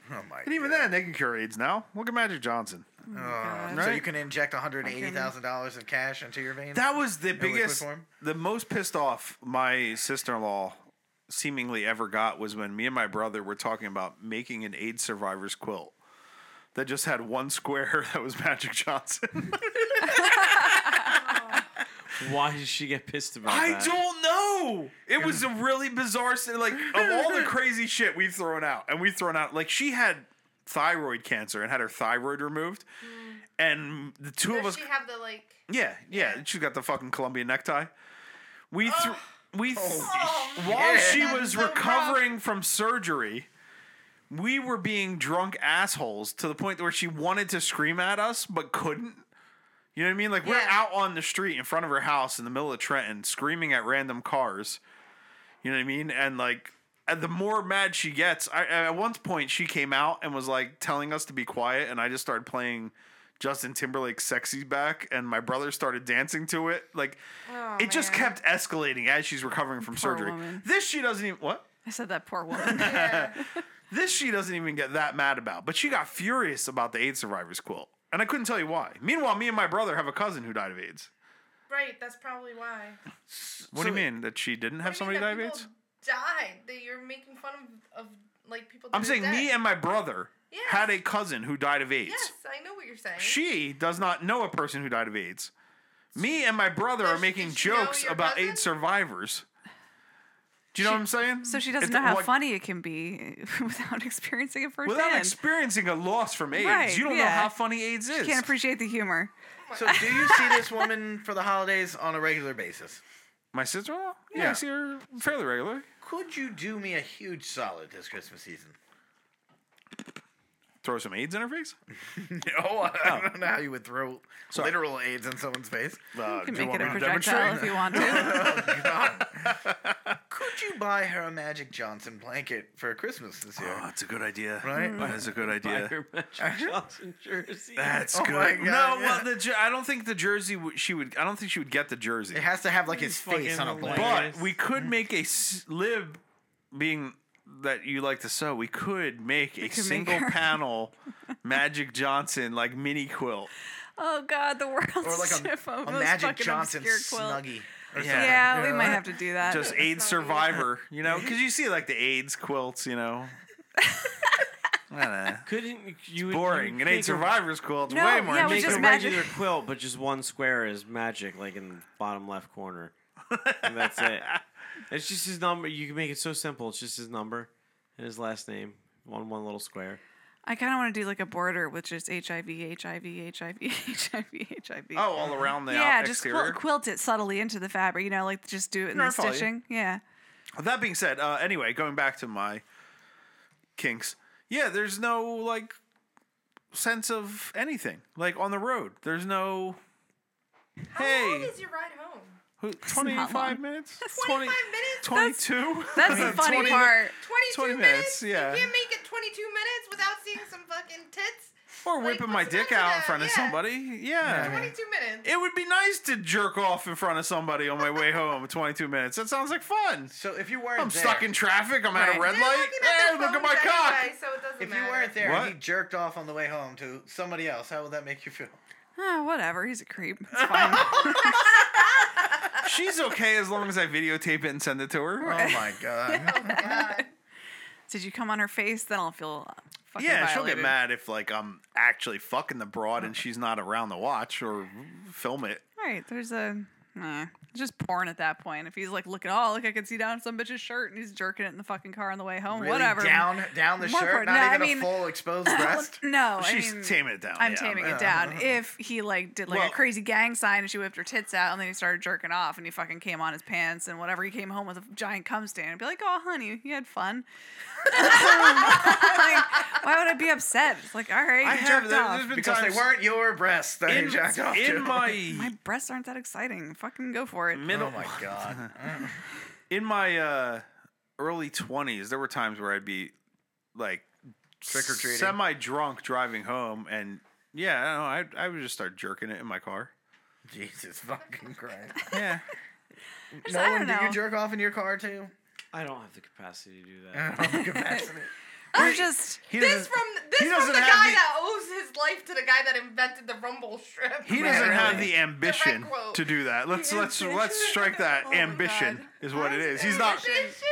S9: Oh my
S8: And even then, they can cure AIDS now. Look at Magic Johnson.
S9: Oh, So
S8: Right?
S9: you can inject one hundred eighty thousand dollars of cash into your veins.
S8: That was the
S9: in liquid
S8: biggest,
S9: form?
S8: the most pissed off my sister in law seemingly ever got was when me and my brother were talking about making an AIDS survivors quilt that just had one square that was Magic Johnson.
S3: Why did she get pissed about
S8: I
S3: that?
S8: don't know. It was a really bizarre, s- like of all the crazy shit we've thrown out, and we've thrown out like she had thyroid cancer and had her thyroid removed, and the two
S11: Does
S8: of us
S11: she have the like?
S8: Yeah, yeah. She's got the fucking Colombian necktie. We threw. We th- while
S4: shit.
S8: she
S4: That's
S8: was
S4: so rough.
S8: recovering from surgery, we were being drunk assholes to the point where she wanted to scream at us but couldn't. You know what I mean? Like we're out on the street in front of her house in the middle of Trenton, screaming at random cars. You know what I mean? And like, and the more mad she gets, I, at one point she came out and was like telling us to be quiet, and I just started playing Justin Timberlake's "Sexy Back," and my brother started dancing to it. Like,
S10: Oh,
S8: it just
S10: man.
S8: kept escalating as she's recovering from surgery.
S10: woman.
S8: This she doesn't even what.
S10: I said that poor woman.
S8: this she doesn't even get that mad about, but she got furious about the AIDS survivors quilt, and I couldn't tell you why. Meanwhile, me and my brother have a cousin who died of AIDS.
S11: Right. That's probably why.
S8: What do you mean that she didn't have somebody die of
S11: People
S8: AIDS?
S11: died. That you're making fun of, of like people.
S8: I'm
S11: that are
S8: saying me
S11: dead.
S8: and my brother
S11: Yeah.
S8: had a cousin who died of AIDS.
S11: Yes, I know what you're saying.
S8: She does not know a person who died of AIDS. Me and my brother are making jokes about AIDS survivors. Do you know what I'm saying?
S10: So she doesn't
S8: If-
S10: know how
S8: like,
S10: funny it can be without experiencing it firsthand.
S8: Without experiencing a loss from AIDS,
S10: Right,
S8: you don't know
S10: yeah.
S8: how funny AIDS
S10: She
S8: is.
S10: can't appreciate the humor.
S9: So do you see this woman for the holidays on a regular basis?
S8: My sister-in-law? Yeah, I see her fairly regularly.
S9: Could you do me a huge solid this Christmas season?
S8: Throw some AIDS in her face?
S9: no, Oh, I don't know how you would throw
S8: Sorry.
S9: literal AIDS in someone's face.
S8: Uh,
S10: You can do you make want it a me to projectile demonstrate? if you want to.
S9: Could you buy her a Magic Johnson blanket for Christmas this year?
S8: Oh, that's a good idea.
S9: Right?
S8: That is a good idea.
S3: Johnson jersey.
S8: That's
S9: Oh
S8: good.
S9: my God,
S8: no,
S9: yeah.
S8: well, the jer- I don't think the jersey would she would. I don't think she would get the jersey.
S9: It has to have like his face on a blanket.
S8: But we could make a s- lib, being that you like to sew. We could make a
S10: could make
S8: single
S10: her-
S8: panel Magic Johnson like mini quilt.
S10: Oh God, the world's
S9: or like
S10: most
S9: a, a
S10: fucking
S9: Magic Johnson
S10: obscure quilt.
S9: snuggie. or
S10: Yeah,
S9: something.
S10: we might have to do that.
S8: Just AIDS survivor, you know, because you see like the AIDS quilts, you know. I don't know.
S3: Couldn't you?
S8: It's boring.
S3: you
S8: An AIDS
S3: make a-
S8: survivor's quilt's
S10: No,
S8: way more.
S10: yeah, we
S3: Make
S8: interesting.
S3: a regular quilt, but just one square is magic, like in the bottom left corner. And that's it. It's just his number. You can make it so simple. It's just his number and his last name. One one little square.
S10: I kind of want to do like a border with just HIV, HIV, HIV, HIV, HIV.
S8: Oh, all around the
S10: yeah,
S8: out-
S10: just
S8: exterior?
S10: quilt, quilt it subtly into the fabric. You know, like just do it in
S8: No, I
S10: the
S8: follow you.
S10: stitching. Yeah.
S8: That being said, uh, anyway, going back to my kinks, yeah, there's no like sense of anything like on the road. There's no
S11: How long
S8: hey,
S11: is your ride home?
S8: who,
S11: not long.
S8: 25 minutes,
S11: 25 minutes?
S8: 22.
S10: that's the funny
S8: 20
S10: part.
S11: 22
S8: 20
S11: minutes?
S8: minutes, yeah.
S11: You can't make it 22 minutes without seeing some fucking tits?
S8: Or
S11: Like,
S8: whipping my
S11: what's the
S8: dick
S11: point
S8: out in
S11: that?
S8: front of
S11: Yeah.
S8: somebody. Yeah.
S11: 22 minutes.
S8: It would be nice to jerk off in front of somebody on my way home 22 minutes. That sounds like fun.
S9: So if you weren't
S8: I'm
S9: there,
S8: stuck in traffic. I'm at a red
S11: They're
S8: light.
S11: looking at
S8: Hey,
S11: their
S8: eh, look at my
S11: phones
S8: cock.
S11: anyway, so it doesn't
S9: If you
S11: matter.
S9: weren't there,
S8: What?
S9: and he jerked off on the way home to somebody else. How would that make you feel?
S10: Oh, whatever. He's a creep. It's fine.
S8: She's okay as long as I videotape it and send it to her.
S9: Oh my god!
S10: Did you come on her face? Then I'll feel uh, fucking
S8: yeah, she'll
S10: violated.
S8: get mad if like I'm actually fucking the broad and she's not around to watch or film it.
S10: All right. There's a Nah, it's just porn at that point. If he's like, look at all, look, I can see down some bitch's shirt, and he's jerking it in the fucking car on the way home.
S9: Really
S10: Whatever.
S9: down- down the shirt?
S10: porn.
S9: Not
S10: No,
S9: even
S10: I
S9: a
S10: mean-
S9: full exposed breast?
S10: no, Oh, I
S8: She's
S10: mean,
S8: taming it down,
S10: I'm
S8: yeah.
S10: taming
S8: Yeah.
S10: it down. If he like did like
S8: Well-
S10: a crazy gang sign and she whipped her tits out, and then he started jerking off, and he fucking came on his pants and whatever. He came home with a giant cum stain. I'd be like, oh honey, you had fun. like, why would I be upset? It's like, all right,
S9: I
S10: you
S9: have-
S10: jerked
S9: there-
S10: off.
S9: there's been Because they times- weren't your breasts that I
S10: in,
S9: jerked off to.
S8: my-
S10: my breasts aren't that exciting. Fucking go for it.
S8: Middle- Oh my
S9: God.
S8: in my uh, early 20s, there were times where I'd be like
S9: Trick or treating.
S8: semi drunk driving home, and yeah, I don't know, I, I would just start jerking it in my car.
S9: Jesus fucking Christ.
S8: yeah.
S9: No one, do you jerk off in your car too?
S3: I don't have the capacity to do
S9: I
S3: that.
S9: don't have the capacity.
S10: I'm just
S8: he
S11: This
S8: doesn't,
S11: from this
S8: he
S11: from
S8: doesn't
S11: the guy
S8: have the-
S11: that owes his life to the guy that invented the rumble strip.
S8: he doesn't have the ambition
S11: Direct quote.
S8: to do that. Let's let's let's strike that ambition is what it is. He's not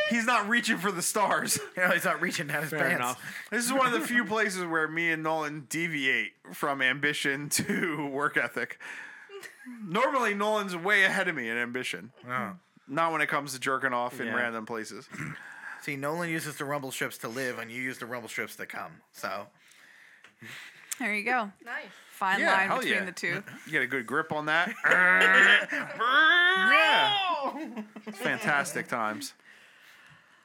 S8: he's not reaching for the stars.
S9: No, he's not reaching down his
S8: Fair
S9: pants.
S8: enough. This is one of the few places where me and Nolan deviate from ambition to work ethic. Normally, Nolan's way ahead of me in ambition.
S9: Oh.
S8: Not when it comes to jerking off in
S9: Yeah.
S8: random places.
S9: See, Nolan uses the rumble strips to live, and you use the rumble strips to come. So
S10: There you go.
S11: Nice.
S10: Fine
S8: Yeah,
S10: line
S8: hell
S10: between
S8: yeah.
S10: the two.
S8: You get a good grip on that. yeah. It's fantastic times.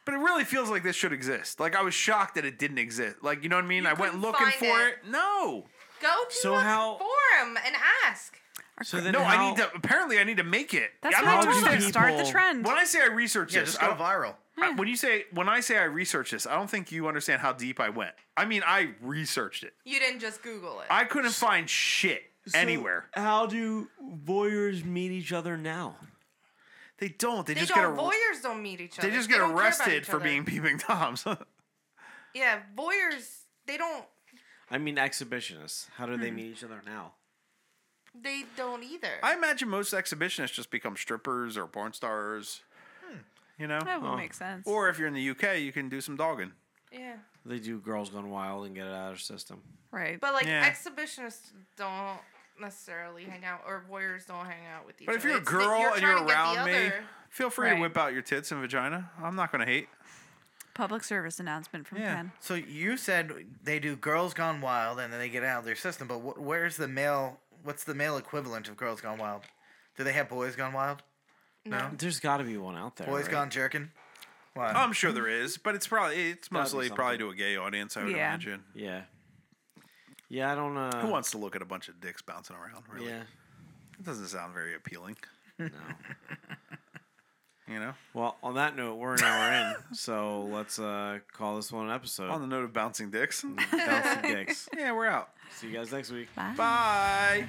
S8: But it really feels like this should exist. Like I was shocked that it didn't exist. Like you know what I mean? I went looking
S11: find
S8: for it.
S11: it.
S8: No.
S11: Go to
S8: So
S11: a
S8: how-
S11: forum and ask.
S3: So then
S8: no,
S3: how-
S8: I need to. Apparently, I need to make it.
S11: That's
S8: I'm
S11: what I
S8: not
S11: told
S8: just
S11: him,
S8: saying-
S11: start the trend.
S8: When I say I research
S9: Yeah,
S8: this,
S9: just go
S8: I don't-
S9: viral.
S8: I- when you say when I say I researched this, I don't think you understand how deep I went. I mean, I researched it.
S11: You didn't just Google it.
S8: I couldn't find shit
S3: So
S8: anywhere.
S3: How do voyeurs meet each other now?
S8: They don't.
S11: they don't. voyeurs don't meet each other.
S8: They just get
S11: don't care about
S8: arrested
S11: each
S8: for
S11: other.
S8: being peeping toms.
S11: Yeah, voyeurs. They don't.
S3: I mean, exhibitionists. How do
S9: Hmm.
S3: they meet each other now?
S11: They don't either.
S8: I imagine most exhibitionists just become strippers or porn stars. You know,
S10: That would make sense.
S8: Oh. Or if you're in the UK, you can do some dogging.
S11: yeah.
S3: They do Girls Gone Wild and get it out of their system.
S10: Right.
S11: But like
S8: Yeah.
S11: exhibitionists don't necessarily hang out, or voyeurs don't hang out with each
S8: But
S11: other.
S8: if you're a
S11: It's that
S8: girl and
S11: trying
S8: you're
S11: to get the
S8: around me,
S11: other-
S8: feel free to
S10: Right.
S8: whip out your tits and vagina. I'm not gonna hate.
S10: Public service announcement from Ken.
S9: So you said they do Girls Gone Wild, and then they get out of their system. But wh- where's the male? What's the male equivalent of Girls Gone Wild? Do they have Boys Gone Wild? No.
S3: There's got to be one out there.
S9: Boys
S3: right?
S9: Gone Jerkin. Why?
S8: I'm sure there is, but it's probably it's
S3: Gotta be
S8: mostly probably to a gay audience. I would
S3: Yeah.
S8: imagine.
S3: Yeah. Yeah, I don't know.
S8: Who wants to look at a bunch of dicks bouncing around? Really?
S3: Yeah.
S8: It doesn't sound very appealing.
S3: No.
S8: you know.
S3: Well, on that note, we're an hour in, so let's uh, call this one an episode.
S8: On the note of bouncing dicks.
S3: bouncing dicks.
S8: Yeah, we're out.
S3: See you guys next week.
S8: Bye.